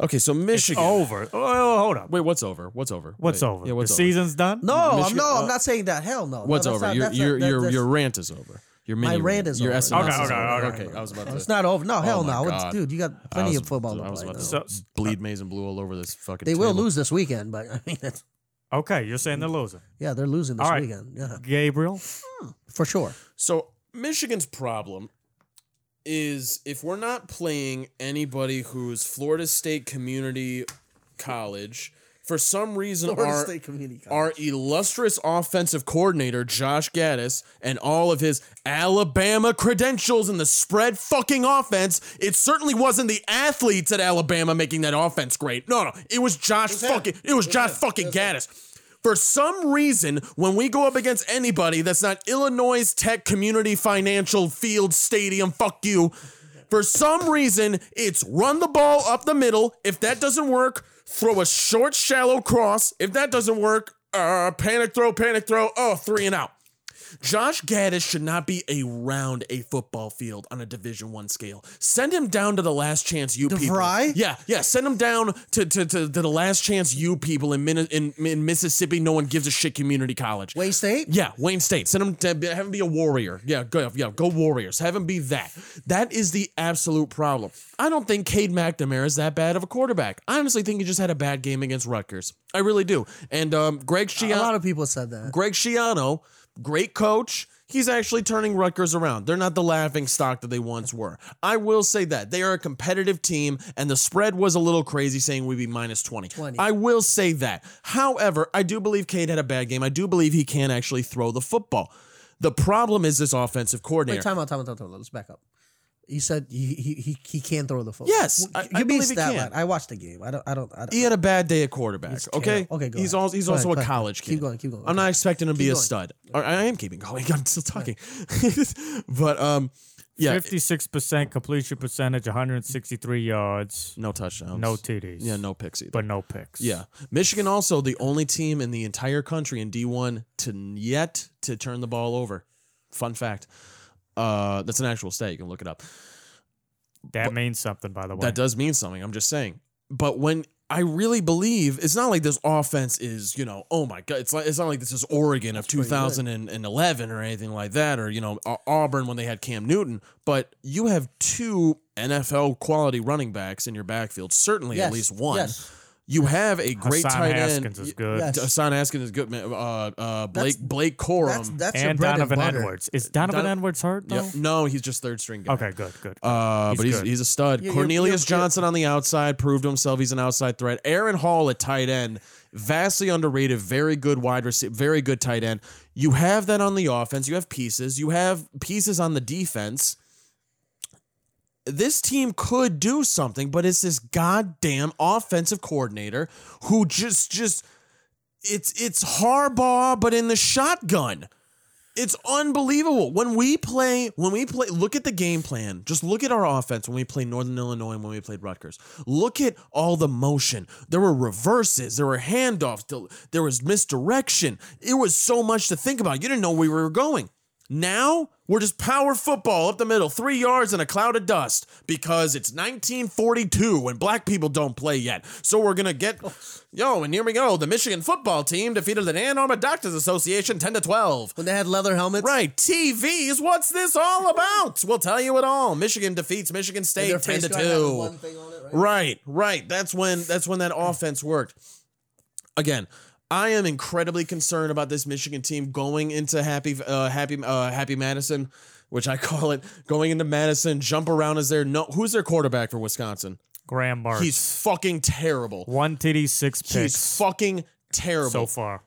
C: Okay, so Michigan.
D: Over. Oh, hold up.
C: Wait, what's over? What's over?
D: What's
C: Wait,
D: over?
C: Yeah, what's
D: the
C: over?
D: season's done?
F: no. I'm
C: Michigan-
F: no.
C: uh,
F: I'm not saying that. Hell no.
C: What's
F: No, that's
C: over?
F: not-
C: your
F: that's
C: your
F: not-
C: your
F: that's-
C: your rant is over. Your mini
F: My rant is
C: your
F: over.
C: S and S
D: Okay,
C: is
D: okay,
C: over.
D: okay.
C: I was about
F: It's
C: to.
F: not over. No, hell
C: Oh my
F: no. It's,
C: God.
F: dude, you got
C: I
F: plenty
C: was,
F: of football to
C: I was
F: play.
C: about to
F: though.
D: So-
C: bleed maize and blue all over this fucking.
F: They will
C: table.
F: lose this weekend, but I mean, that's,
D: Okay, you're saying they're losing.
F: yeah, they're losing this
D: All right.
F: weekend. Yeah,
D: Gabriel,
F: for sure.
C: So Michigan's problem is if we're not playing anybody who's Florida State Community College, for some reason
F: Florida
C: our
F: State Community College.
C: our illustrious offensive coordinator Josh Gaddis and all of his Alabama credentials in the spread fucking offense, it certainly wasn't the athletes at Alabama making that offense great. No, no, it was Josh fucking it was Josh fucking Gaddis. For some reason, when we go up against anybody that's not Illinois Tech Community Financial Field Stadium, fuck you. For some reason, it's run the ball up the middle. If that doesn't work, throw a short, shallow cross. If that doesn't work, uh, panic throw, panic throw. Oh, three and out. Josh Gaddis should not be around a football field on a Division One scale. Send him down to the last chance you people.
F: DeVry?
C: Yeah, yeah. Send him down to to, to, to the last chance you people in, Min- in in Mississippi. No one gives a shit. Community college.
F: Wayne State.
C: Yeah, Wayne State. Send him to have him be a warrior. Yeah, go yeah, go Warriors. Have him be that. That is the absolute problem. I don't think Cade McNamara is that bad of a quarterback. I honestly think he just had a bad game against Rutgers. I really do. And um, Greg
F: A lot
C: Schiano,
F: of people said that.
C: Greg Schiano, great coach. He's actually turning Rutgers around. They're not the laughing stock that they once were. I will say that they are a competitive team, and the spread was a little crazy, saying we'd be minus 20.
F: 20.
C: I will say that. However, I do believe Cade had a bad game. I do believe he can actually throw the football. The problem is this offensive coordinator.
F: Wait, time out, time out, time out, time out. Let's back up. You said he he he, he can throw the football.
C: Yes, I- I
F: you
C: believe he
F: that
C: can.
F: line. I watched the game. I don't. I don't. I don't
C: he had a bad day at quarterback. okay,
F: terrible. Okay, go
C: he's
F: ahead.
C: also he's
F: Go ahead,
C: also
F: go
C: a
F: ahead.
C: college kid.
F: Keep going, keep going.
C: I'm not expecting him to be a
F: going.
C: stud. Or I am keeping going. I'm still talking, but um, Yeah, it-
D: 56% completion percentage, 163 yards,
C: no touchdowns.
D: no TDs.
C: Yeah, no picks either.
D: But no picks.
C: yeah, Michigan also the only team in the entire country in D1 to n- yet to turn the ball over. Fun fact. Uh, that's an actual stat. You can look it up.
D: That means something, by the way.
C: That does mean something. I'm just saying. But when I really believe it's not like this offense is, you know, oh my god, it's like it's not like this is Oregon of 2011 or anything like that, or you know Au- Auburn when they had Cam Newton. But you have two NFL quality running backs in your backfield, certainly at
F: Yes,
C: least one.
F: yes.
C: You have a great
D: Hassan
C: tight
D: Haskins
C: end.
D: is good.
F: yes.
C: Hassan Haskins is good. man. Uh, uh, Blake
F: That's-
C: Blake
F: That's
C: Corum.
F: that's your
D: and
F: bread
D: Donovan
F: and butter.
D: Edwards. Is Donovan
C: Dono-
D: Edwards hurt, though?
C: Yep. No, he's just third string guy.
D: Okay, good, good.
C: Uh,
D: He's
C: but he's,
D: good.
C: he's a stud.
F: Yeah, you're-
C: Cornelius
F: you're- you're-
C: Johnson on the outside proved himself. He's an outside threat. Aaron Hall at tight end, vastly underrated. Very good wide receiver. Very good tight end. You have that on the offense. You have pieces. You have pieces on the defense. This team could do something, but it's this goddamn offensive coordinator who just just it's it's Harbaugh, but in the shotgun. It's unbelievable. When we play, when we play, look at the game plan. Just look at our offense when we played Northern Illinois and when we played Rutgers. Look at all the motion. There were reverses, there were handoffs, there- there was misdirection. It was so much to think about. You didn't know where we were going. Now we're just power football up the middle, three yards and a cloud of dust because it's 1942 and black people don't play yet. So we're gonna get, yo, and here we go. The Michigan football team defeated the Ann Arbor Doctors Association 10 to 12.
F: When they had leather helmets,
C: Right, TVs. What's this all about? We'll tell you it all. Michigan defeats Michigan
F: and
C: State
F: their
C: ten
F: face
C: to
F: guard had the one
C: two.
F: thing on it, right?
C: Right, right. That's when that's when that offense worked. Again, I am incredibly concerned about this Michigan team going into Happy uh, Happy uh, Happy Madison, which I call it going into Madison. Jump around is there no? Who's their quarterback for Wisconsin?
D: Graham Mertz.
C: He's fucking terrible.
D: one TD, six picks
C: He's fucking terrible.
D: so far.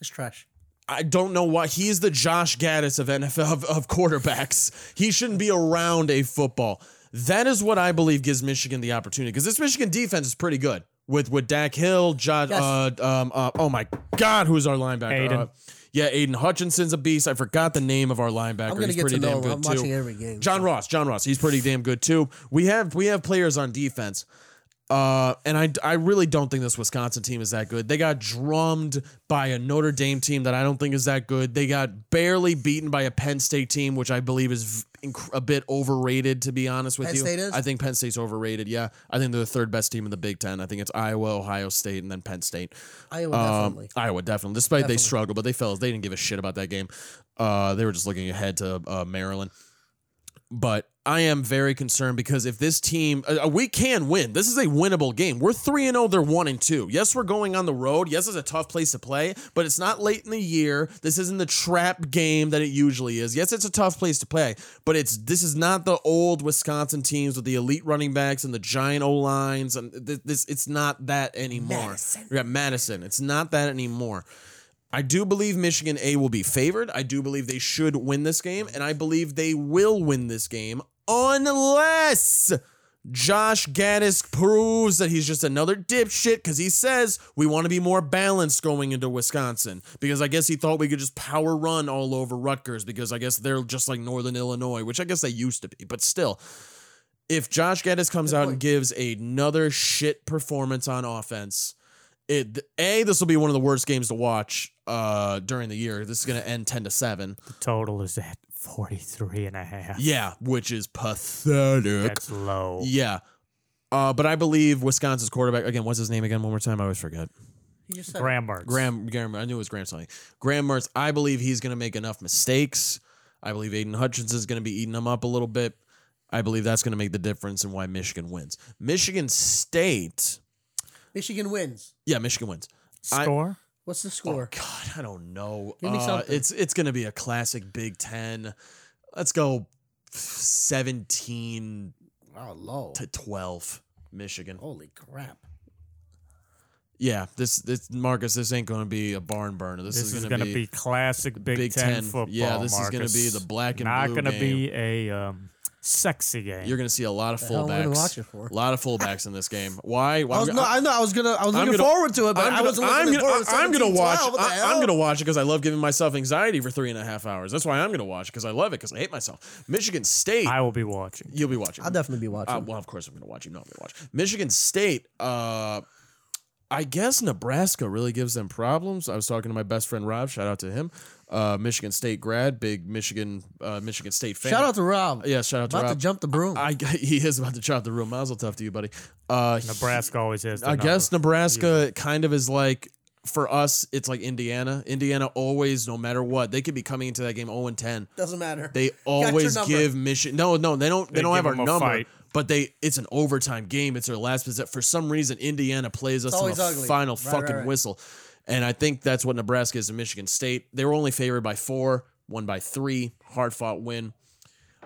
F: It's trash.
C: I don't know why he is the Josh Gaddis of NFL of, of quarterbacks. He shouldn't be around a football. That is what I believe gives Michigan the opportunity because this Michigan defense is pretty good with with Dak Hill, Josh.
F: Yes.
C: Uh, um, uh, oh my God, who's our linebacker?
D: Aiden.
C: Uh, yeah, Aiden Hutchinson's a beast. I forgot the name of our linebacker.
F: I'm gonna
C: He's
F: get
C: pretty
F: to know.
C: damn
F: him.
C: good
F: I'm
C: too.
F: watching every game.
C: John Ross, John Ross, he's pretty damn good too. We have we have players on defense. Uh, and I, I really don't think this Wisconsin team is that good. They got drummed by a Notre Dame team that I don't think is that good. They got barely beaten by a Penn State team, which I believe is v- inc- a bit overrated, to be honest with
F: Penn
C: you.
F: State is?
C: I think Penn State's overrated. Yeah. I think they're the third best team in the Big Ten. I think it's Iowa, Ohio State, and then Penn State.
F: Iowa
C: Um,
F: definitely.
C: Iowa definitely. Despite they struggled, but they fell. They didn't give a shit about that game. Uh, they were just looking ahead to uh, Maryland. But I am very concerned because if this team, uh, we can win. This is a winnable game. We're three and zero. They're one and two. Yes, we're going on the road. Yes, it's a tough place to play, but it's not late in the year. This isn't the trap game that it usually is. Yes, it's a tough place to play, but it's this is not the old Wisconsin teams with the elite running backs and the giant O lines and th- this. It's not that anymore.
F: Madison.
C: Yeah, Madison. It's not that anymore. I do believe Michigan A will be favored. I do believe they should win this game, and I believe they will win this game unless Josh Gaddis proves that he's just another dipshit because he says we want to be more balanced going into Wisconsin. Because I guess he thought we could just power run all over Rutgers because I guess they're just like Northern Illinois, which I guess they used to be, but still if Josh Gaddis comes out and gives another shit performance on offense, it a this will be one of the worst games to watch uh during the year. This is going to end 10 to 7.
D: The total is at 43 and a half.
C: Yeah, which is pathetic.
D: That's low.
C: Yeah. Uh, but I believe Wisconsin's quarterback again. What's his name again? One more time. I always forget.
F: You just said
D: Graham Mertz.
C: Graham, Graham I knew it was Graham something. Graham Mertz, I believe he's going to make enough mistakes. I believe Aiden Hutchinson's going to be eating him up a little bit. I believe that's going to make the difference in why Michigan wins. Michigan State,
F: Michigan wins.
C: yeah, Michigan wins. I-
D: Score?
F: What's the score?
C: God, I don't know.
F: Give me
C: Uh,
F: something.
C: It's it's going to be a classic Big Ten. Let's go seventeen
F: Wow, low.
C: to twelve, Michigan.
F: Holy crap.
C: Yeah, this this Marcus, this ain't going to be a barn burner. This,
D: This,
C: is
D: is
C: going to
D: be, classic Big, Ten, football.
C: Yeah, this is gonna
D: Marcus.
C: be the black and
D: Not
C: blue
D: gonna
C: game.
D: be a um, sexy game.
C: You're going to see a lot of
F: hell am I
C: fullbacks.
F: gonna watch it for?
C: A lot of fullbacks in this game. Why? Why?
F: I was no, I know I was gonna I was
C: I'm
F: looking
C: gonna-
F: forward to it, but
C: I'm
F: I
C: gonna-
F: wasn't
C: I'm
F: looking
C: gonna-
F: forward to
C: I'm gonna
F: 17,
C: watch.
F: 12. What the
C: I, I'm
F: hell?
C: gonna watch it because I love giving myself anxiety for three and a half hours. That's why I'm gonna watch it because I love it because I hate myself. Michigan State.
D: I will be watching.
C: you'll be watching.
F: I'll definitely be watching.
C: Uh, well, of course I'm gonna watch. You know I'm gonna watch. Michigan State. Uh, I guess Nebraska really gives them problems. I was talking to my best friend Rob. Shout out to him. Uh, Michigan State grad, big Michigan uh, Michigan State fan.
F: Shout out to Ah, Rob.
C: yeah, shout out to
F: about
C: Rob.
F: to jump the broom.
C: I he is about to chop the room. Mazel tov to you, buddy. Uh, he-
D: Nebraska always has. the
C: I
D: number.
C: guess Nebraska kind of is like for us, it's like Indiana. Indiana always, no matter what, they could be coming into that game 0 and 10.
F: Doesn't matter.
C: They
F: Got your
C: always
F: number.
C: give Michigan. No, no, they don't. They,
D: They
C: don't have
D: give
C: our
D: 'em a
C: number.
D: fight.
C: But they, it's an overtime game. It's their last possession. For some reason, Indiana plays us on
F: always
C: the
F: ugly.
C: final
F: Right, right,
C: fucking
F: right.
C: whistle, and I think that's what Nebraska is to Michigan State. They were only favored by four, won by three, hard fought win.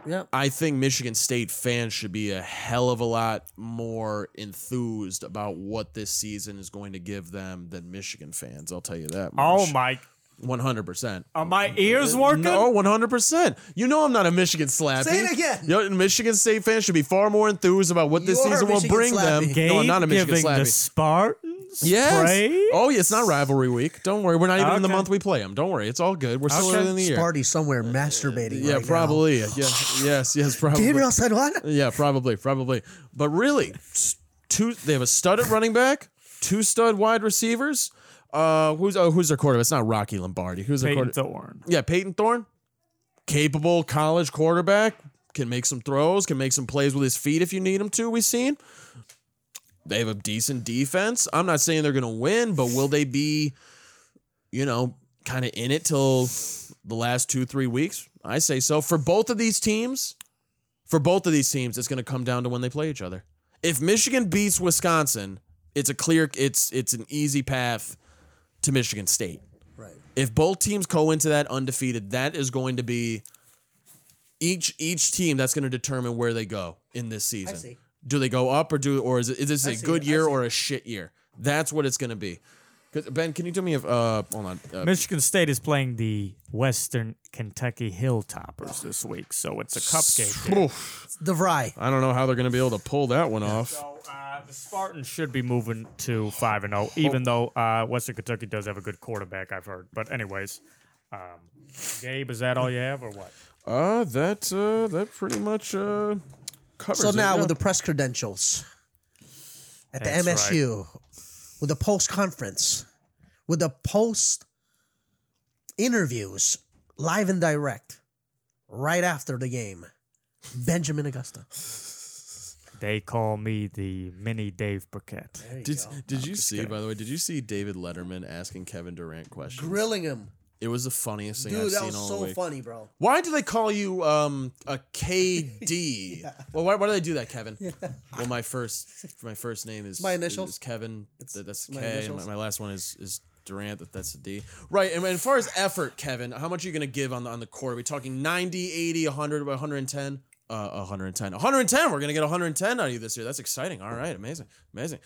F: Yeah.
C: I think Michigan State fans should be a hell of a lot more enthused about what this season is going to give them than Michigan fans. I'll tell you that.
D: Oh my!
C: one hundred percent.
D: Are my ears working?
C: Uh, No, one hundred percent. You know I'm not a Michigan slappy.
F: Say it again.
C: You know, Michigan State fans should be far more enthused about what this
F: You are a
C: season will
F: Michigan
C: bring them.
F: slappy.
D: Gabe
C: no, I'm not a Michigan
D: giving the
C: slappy.
D: Spartans.
C: Yes.
D: praise?
C: Oh, yeah, it's not rivalry week. Don't worry. We're not even in the
D: Okay.
C: month we play them. Don't worry. It's all good. We're still
D: Okay.
C: early in the year.
F: Party somewhere masturbating.
C: yeah,
F: right now.
C: probably. Yeah. Yes. Yes. Probably.
F: Gabriel said what?
C: Yeah, probably, probably. But really, s- two they have a stud at running back, two stud wide receivers. Uh, who's oh, who's their quarterback? It's not Rocky Lombardi. Who's their
D: Peyton
C: quarterback?
D: Thorne.
C: yeah, Peyton Thorne, capable college quarterback, can make some throws, can make some plays with his feet if you need him to. We've seen they have a decent defense. I'm not saying they're gonna win, but will they be, you know, kind of in it till the last two three weeks? I say so for both of these teams. For both of these teams, it's gonna come down to when they play each other. If Michigan beats Wisconsin, it's a clear, it's it's an easy path to Michigan State
F: Right.
C: if both teams go into that undefeated, that is going to be each each team that's going to determine where they go in this season.
F: see.
C: Do they go up or do or is, it, is this a
F: see
C: good
F: it, I
C: year
F: see
C: or a shit year? That's what it's going to be. 'Cause, Ben, can you tell me if uh hold on uh,
D: Michigan State is playing the Western Kentucky Hilltoppers this week, so it's a cupcake. game.
F: It's DeVry.
C: I don't know how they're going to be able to pull that one off.
D: So uh, the Spartans should be moving to five and zero, even though uh, Western Kentucky does have a good quarterback. I've heard, but anyways, um, Gabe, is that all you have, or what?
C: Uh that uh that pretty much uh covers
F: So
C: it.
F: now
C: Yeah.
F: with the press credentials at the
D: That's
F: MSU, with the post conference, with the post interviews, live and direct, right after the game, Benjamin Augusta.
D: They call me the mini Dave Burkett.
C: did, did you see by the way did you see David Letterman asking Kevin Durant questions?
F: Grilling him.
C: It was the funniest thing I've
F: Dude, that
C: seen
F: was
C: all
F: so
C: week.
F: funny, bro.
C: Why do they call you um a KD? Well, why, why do they do that, Kevin? Well, my first my first name is
F: My initials.
C: is Kevin. Th- that's
F: my
C: K. and My,
F: initials.
C: my last one is is Durant. That that's a D. Right. And as far as effort, Kevin, how much are you gonna give on the on the court? Are we talking 90, 80, 100, 110? Uh, 110. 110. We're gonna get 110 out of you this year. That's exciting. All right, amazing, amazing,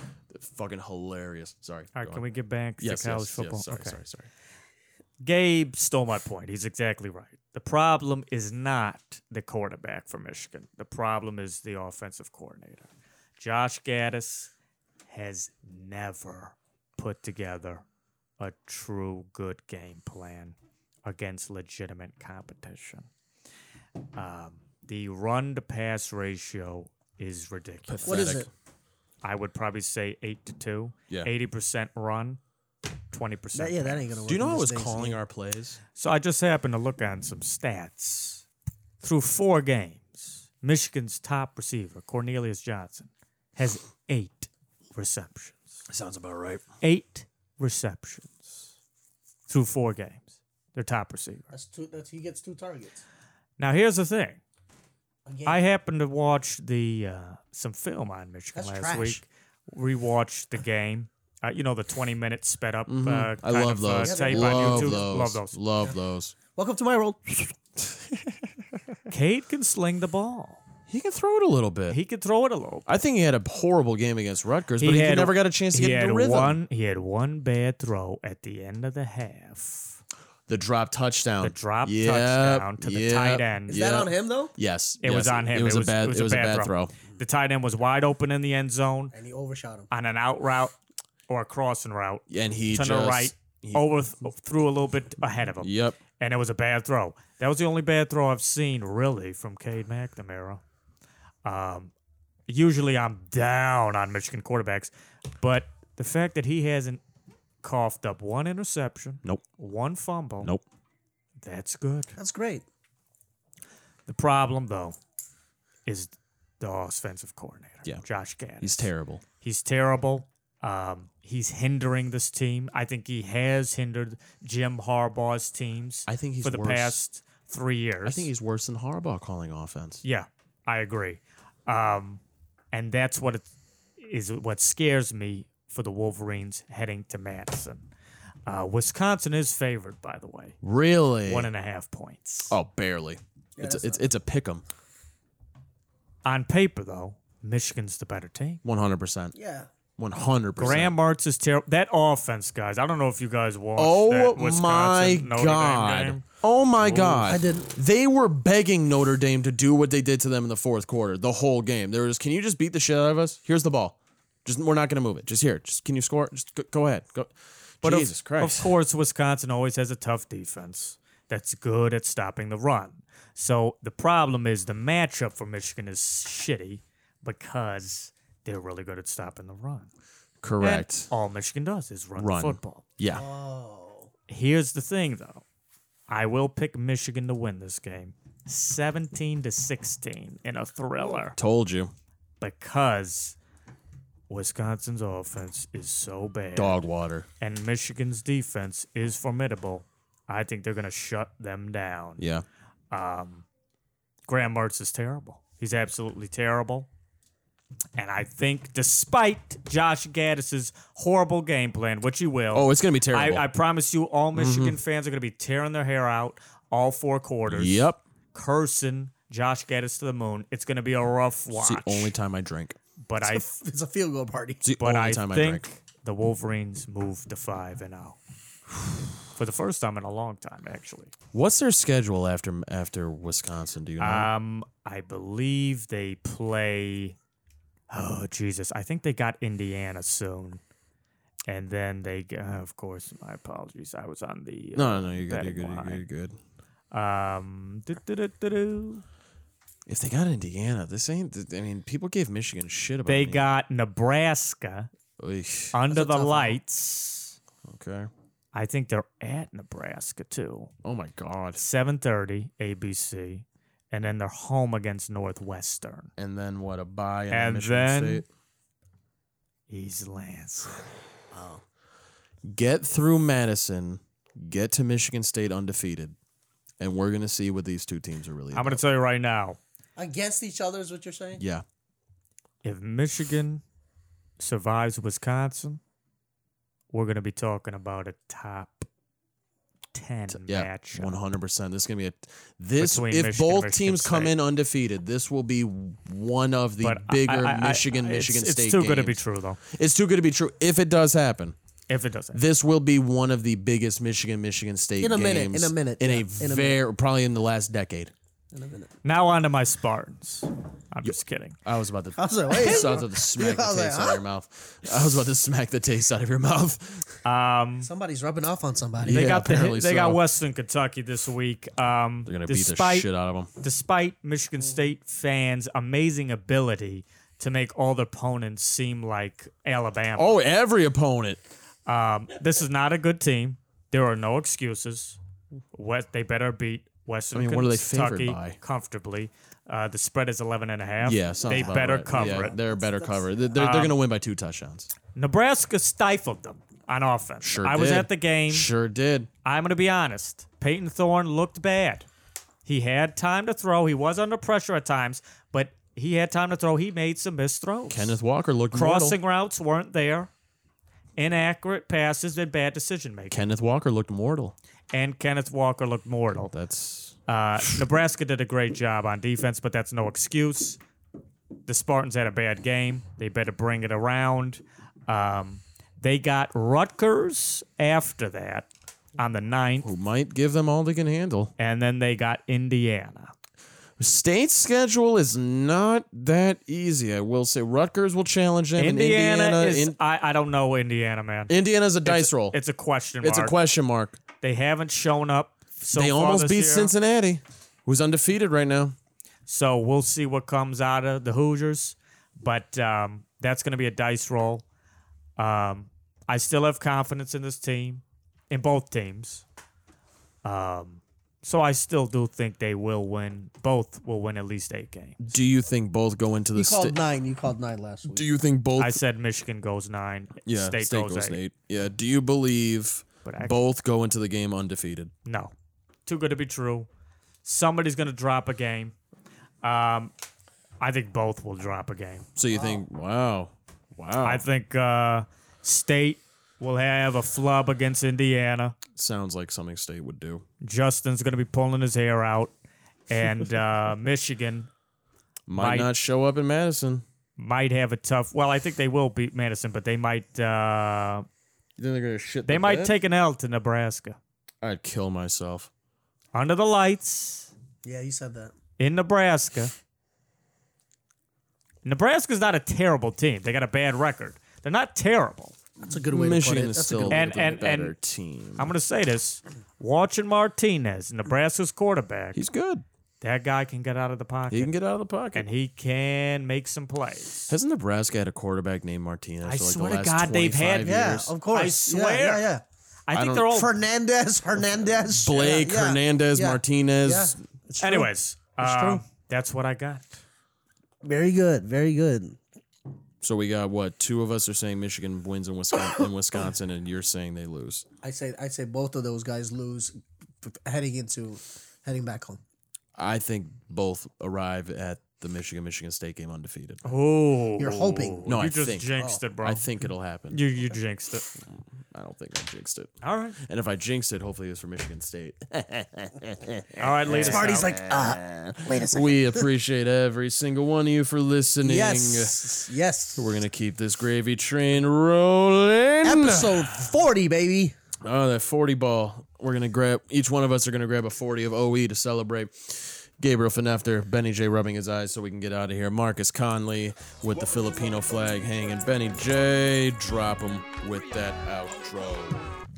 C: fucking hilarious. Sorry.
D: All
C: go
D: right, can
C: on.
D: we get back
C: Yes,
D: to college
C: yes,
D: football?
C: yes. Sorry,
D: Okay.
C: sorry, sorry.
D: Gabe stole my point. He's exactly right. The problem is not the quarterback for Michigan. The problem is the offensive coordinator. Josh Gaddis has never put together a true good game plan against legitimate competition. Um, the run to pass ratio is ridiculous.
F: What is
C: Pathetic.
F: it?
D: I would probably say eight to two.
C: Yeah.
D: Eighty percent run, twenty percent.
F: That- yeah, that ain't gonna work.
C: Do you know
F: in
C: I
F: this
C: was
F: day's
C: calling
F: game.
C: our plays?
D: So I just happened to look on some stats. Through four games, Michigan's top receiver, Cornelius Johnson, has eight receptions.
C: Sounds about right.
D: Eight receptions through four games. Their top receiver.
F: That's two. That's, he gets two targets.
D: Now here's the thing.
F: Again,
D: I happened to watch the uh, some film on Michigan last
F: That's trash.
D: week. Rewatched the game. Uh, you know the 20 minute sped up. Uh, kind
C: Mm-hmm. I love
D: of, uh,
C: those.
D: tape
C: love
D: on YouTube.
C: those.
D: Love those.
C: Love those.
F: welcome to my world.
D: Cade can sling the ball.
C: He can throw it a little bit.
D: He could throw it a little.
C: I think he had a horrible game against Rutgers, but he,
D: had-
C: never got a chance to
D: he
C: get
D: had
C: into rhythm.
D: One, he had one bad throw at the end of the half
C: The drop touchdown.
D: The drop
C: Yep,
D: touchdown to the
C: yep,
D: tight end.
F: Is
C: yep.
F: that on him though?
C: Yes.
D: It was
C: yes.
D: on him.
C: It was, a bad. It was, a bad throw.
D: The tight end was wide open in the end zone
F: And he overshot him.
D: on an out route or a crossing route
C: And he
D: to
C: just.
D: the right, overthrew a little bit ahead of him.
C: Yep.
D: and it was a bad throw. That was the only bad throw I've seen really from Cade McNamara. Um, usually I'm down on Michigan quarterbacks, but the fact that he hasn't coughed up one interception,
C: Nope.
D: one fumble,
C: Nope.
D: that's good.
F: That's great.
D: The problem though is the offensive coordinator,
C: Yeah.
D: Josh Gaddis.
C: He's terrible.
D: He's terrible. Um, he's hindering this team. I think he has hindered Jim Harbaugh's teams.
C: I think he's
D: for the
C: worse.
D: past three years.
C: I think he's worse than Harbaugh calling offense.
D: Yeah, I agree. Um, and that's what it is what scares me for the Wolverines heading to Madison. Uh, Wisconsin is favored, by the way,
C: Really?
D: one and a half points.
C: oh, barely. it's a, it's it's a pick 'em.
D: On paper, though, Michigan's the better team.
C: One hundred percent.
F: Yeah.
C: One hundred percent.
D: Graham Mertz is terrible. That offense, guys. I don't know if you guys watched.
C: Oh
D: that Wisconsin,
C: my
D: Notre Dame
C: god.
D: game.
C: Oh my god.
F: I didn't-
C: They were begging Notre Dame to do what they did to them in the fourth quarter, the whole game. They were just, can you just beat the shit out of us? Here's the ball. Just we're not gonna move it. Just here. Just can you score? Just go, go ahead. Go.
D: But of-
C: Jesus Christ.
D: Of course, Wisconsin always has a tough defense that's good at stopping the run. So the problem is the matchup for Michigan is shitty because they're really good at stopping the run. And
C: Correct.
D: all Michigan does is run,
C: Run.
D: the football.
C: Yeah.
D: Here's the thing, though. I will pick Michigan to win this game, seventeen to sixteen, in a thriller
C: Told you.
D: because Wisconsin's offense is so bad
C: Dog water.
D: and Michigan's defense is formidable, I think they're going to shut them down.
C: Yeah.
D: Graham Mertz is terrible. He's absolutely terrible. And I think, despite Josh Gaddis's horrible game plan, which he will,
C: Oh, it's gonna be terrible. Mm-hmm.
D: I, I promise you, all Michigan fans are going to be tearing their hair out all four quarters.
C: yep.
D: Cursing Josh Gaddis to the moon. It's going to be a rough watch.
C: It's the only time I drink.
D: but I,
F: It's a field goal party.
C: It's the
D: but
C: only
D: I
C: time I
D: think
C: drink.
D: the Wolverines moved to five and out for the first time in a long time, actually.
C: What's their schedule after after Wisconsin? Do you know?
D: Um, I believe they play. Oh Jesus! I think they got Indiana soon, and then they. g- Uh, of course, my apologies. I was on the. uh,
C: no, no, no. You're good.
D: betting
C: You're good. You're good.
D: line.
C: You're good.
D: Um, do-do-do-do-do.
C: If they got Indiana, this ain't. I mean, people gave Michigan shit about.
D: they
C: Indiana.
D: got Nebraska
C: Eesh.
D: under the
F: tough one.
D: lights.
C: Okay.
D: I think they're at Nebraska too.
C: Oh my God.
D: Seven thirty ABC, and then they're home against Northwestern.
C: And then what? A bye and,
D: And
C: Michigan
D: then-
C: State.
D: He's Lance.
C: Get through Madison. Get to Michigan State undefeated, and we're gonna see what these two teams are really.
D: I'm
C: about.
D: gonna tell you right now.
F: Against each other is what you're saying?
C: Yeah.
D: if Michigan survives Wisconsin, we're going to be talking about a top 10
C: Yeah.
D: matchup.
C: One hundred percent. This is gonna be a. This
D: Between Michigan
C: if
D: and
C: both
D: Michigan
C: teams come
D: State.
C: in undefeated, this will be one of the
D: But I-
C: bigger
D: I- I- I-
C: Michigan
D: it's-
C: Michigan State.
D: It's too good to be
C: games.
D: true, though,
C: It's too good to be true. If it does happen,
D: if it doesn't.
C: this will be one of the biggest Michigan Michigan State
F: In a minute,
C: games
F: in a minute,
C: in
F: yeah,
C: a
F: in a
C: very probably in the last decade.
F: In a minute.
D: now on to my Spartans. I'm just kidding.
C: I was about to.
F: I was like, wait.
C: I was about to smack the
F: I was
C: taste
F: like,
C: out of your mouth. I was about to smack the taste out of your mouth.
F: Somebody's rubbing off on somebody.
D: They
C: Yeah,
D: got the,
C: apparently
D: they got
C: so.
D: Western Kentucky this week. Um,
C: They're gonna
D: despite,
C: beat the shit out of them.
D: Despite Michigan
C: Mm-hmm.
D: State fans' amazing ability to make all their opponents seem like Alabama.
C: Oh, every opponent.
D: This is not a good team. There are no excuses. What they better beat Western
C: I mean, what are they favored
D: Kentucky
C: by?
D: comfortably. Uh, the spread is 11 and a half.
C: Yeah, sounds
D: they
C: about
D: better
C: right.
D: cover
C: Yeah,
D: it. Um,
C: They're a better cover. They're, they're, going to win by two touchdowns.
D: Nebraska stifled them on offense.
C: Sure.
D: I was
C: did.
D: at the game.
C: Sure did.
D: I'm going to be honest. Peyton Thorne looked bad. He had time to throw. He was under pressure at times, but he had time to throw. He made some missed throws.
C: Kenneth Walker looked
D: Crossing
C: mortal.
D: routes weren't there. Inaccurate passes and bad decision making.
C: Kenneth Walker looked mortal.
D: and Kenneth Walker looked mortal.
C: That's
D: Uh, Nebraska did a great job on defense, but that's no excuse. The Spartans had a bad game. They better bring it around. Um, they got Rutgers after that. on the 9th,
C: who might give them all they can handle.
D: and then they got Indiana.
C: State schedule is not that easy. I will say Rutgers will challenge them. and
D: Indiana,
C: Indiana
D: is
C: in-
D: I, I don't know Indiana, man.
C: Indiana's a dice
D: It's-
C: roll.
D: It's a question mark.
C: It's a question mark.
D: They haven't shown up so
C: they
D: far
C: almost
D: this
C: beat
D: year,
C: Cincinnati, who's undefeated right now.
D: So we'll see what comes out of the Hoosiers, but um, that's going to be a dice roll. Um, I still have confidence in this team, in both teams. Um, so I still do think they will win. Both will win at least eight games.
C: Do you think both go into the
F: You called
C: state?
F: nine. You called nine last week.
C: Do you think both?
D: I said Michigan goes nine.
C: yeah,
D: State, goes, eight.
C: Yeah. Do you believe
D: But I-
C: both go into the game undefeated?
D: No, too good to be true. Somebody's going to drop a game. Um, I think both will drop a game.
C: So you think? Wow. Wow.
D: I think uh, State will have a flub against Indiana.
C: Sounds like something state would do.
D: Justin's going to be pulling his hair out, and uh, Michigan
C: Might,
D: Might-
C: not show up in Madison.
D: might have a tough. Well, I think they will beat Madison, but they might uh,
C: You think they're gonna shit?
D: they might take an L to Nebraska
C: I'd kill myself.
D: under the lights
F: yeah, you said that.
D: in Nebraska. Nebraska's not a terrible team. They got a bad record. They're not terrible.
F: That's a good way to
C: Michigan
F: put it.
C: is
F: That's
C: still a
F: a
C: little
F: good way.
D: And- and-
C: bit
D: and-
C: better team.
D: I'm going to say this. Watching Martinez, Nebraska's quarterback,
C: He's good.
D: that guy can get out of the pocket.
C: He can get out of the pocket.
D: and he can make some plays.
C: Hasn't Nebraska had a quarterback named Martinez?
D: I
C: for like
D: swear to
C: the last
D: God, they've had- oh,
C: 25
F: Yeah,
C: years?
F: of course.
D: I
F: Yeah,
D: swear.
F: Yeah, yeah.
D: I, think
C: don't-
D: they're all.
F: Fernandez, Oh. Hernandez,
C: Blake
F: yeah, yeah,
C: Hernandez
F: yeah,
C: Martinez.
F: yeah. It's true.
D: Anyways, uh,
F: true.
D: that's what I got.
F: very good, very good.
C: So we got what? Two of us are saying Michigan wins in Wisconsin, in Wisconsin, and you're saying they lose.
F: I say, I say both of those guys lose p- p- heading into heading back home.
C: I think both arrive at the Michigan Michigan State game undefeated.
D: Oh,
F: You're hoping.
C: No,
D: you
C: I
D: just
C: think- Oh,
D: jinxed it, bro.
C: I think it'll happen.
D: you you jinxed it.
C: I don't think I jinxed it.
D: All right,
C: And if I jinxed it, hopefully it was for Michigan State.
D: all right, ladies.
F: Marty's like, uh, wait a second.
C: we appreciate every single one of you for listening.
F: Yes, yes.
C: We're gonna keep this gravy train rolling.
F: Episode forty, baby.
C: Oh, that 40 ball. We're going to grab, each one of us are going to grab a 40 of OE to celebrate. Gabriel Finafter, Benny J rubbing his eyes so we can get out of here. Marcus Conley with the Filipino flag hanging. Benny J, drop him with that outro.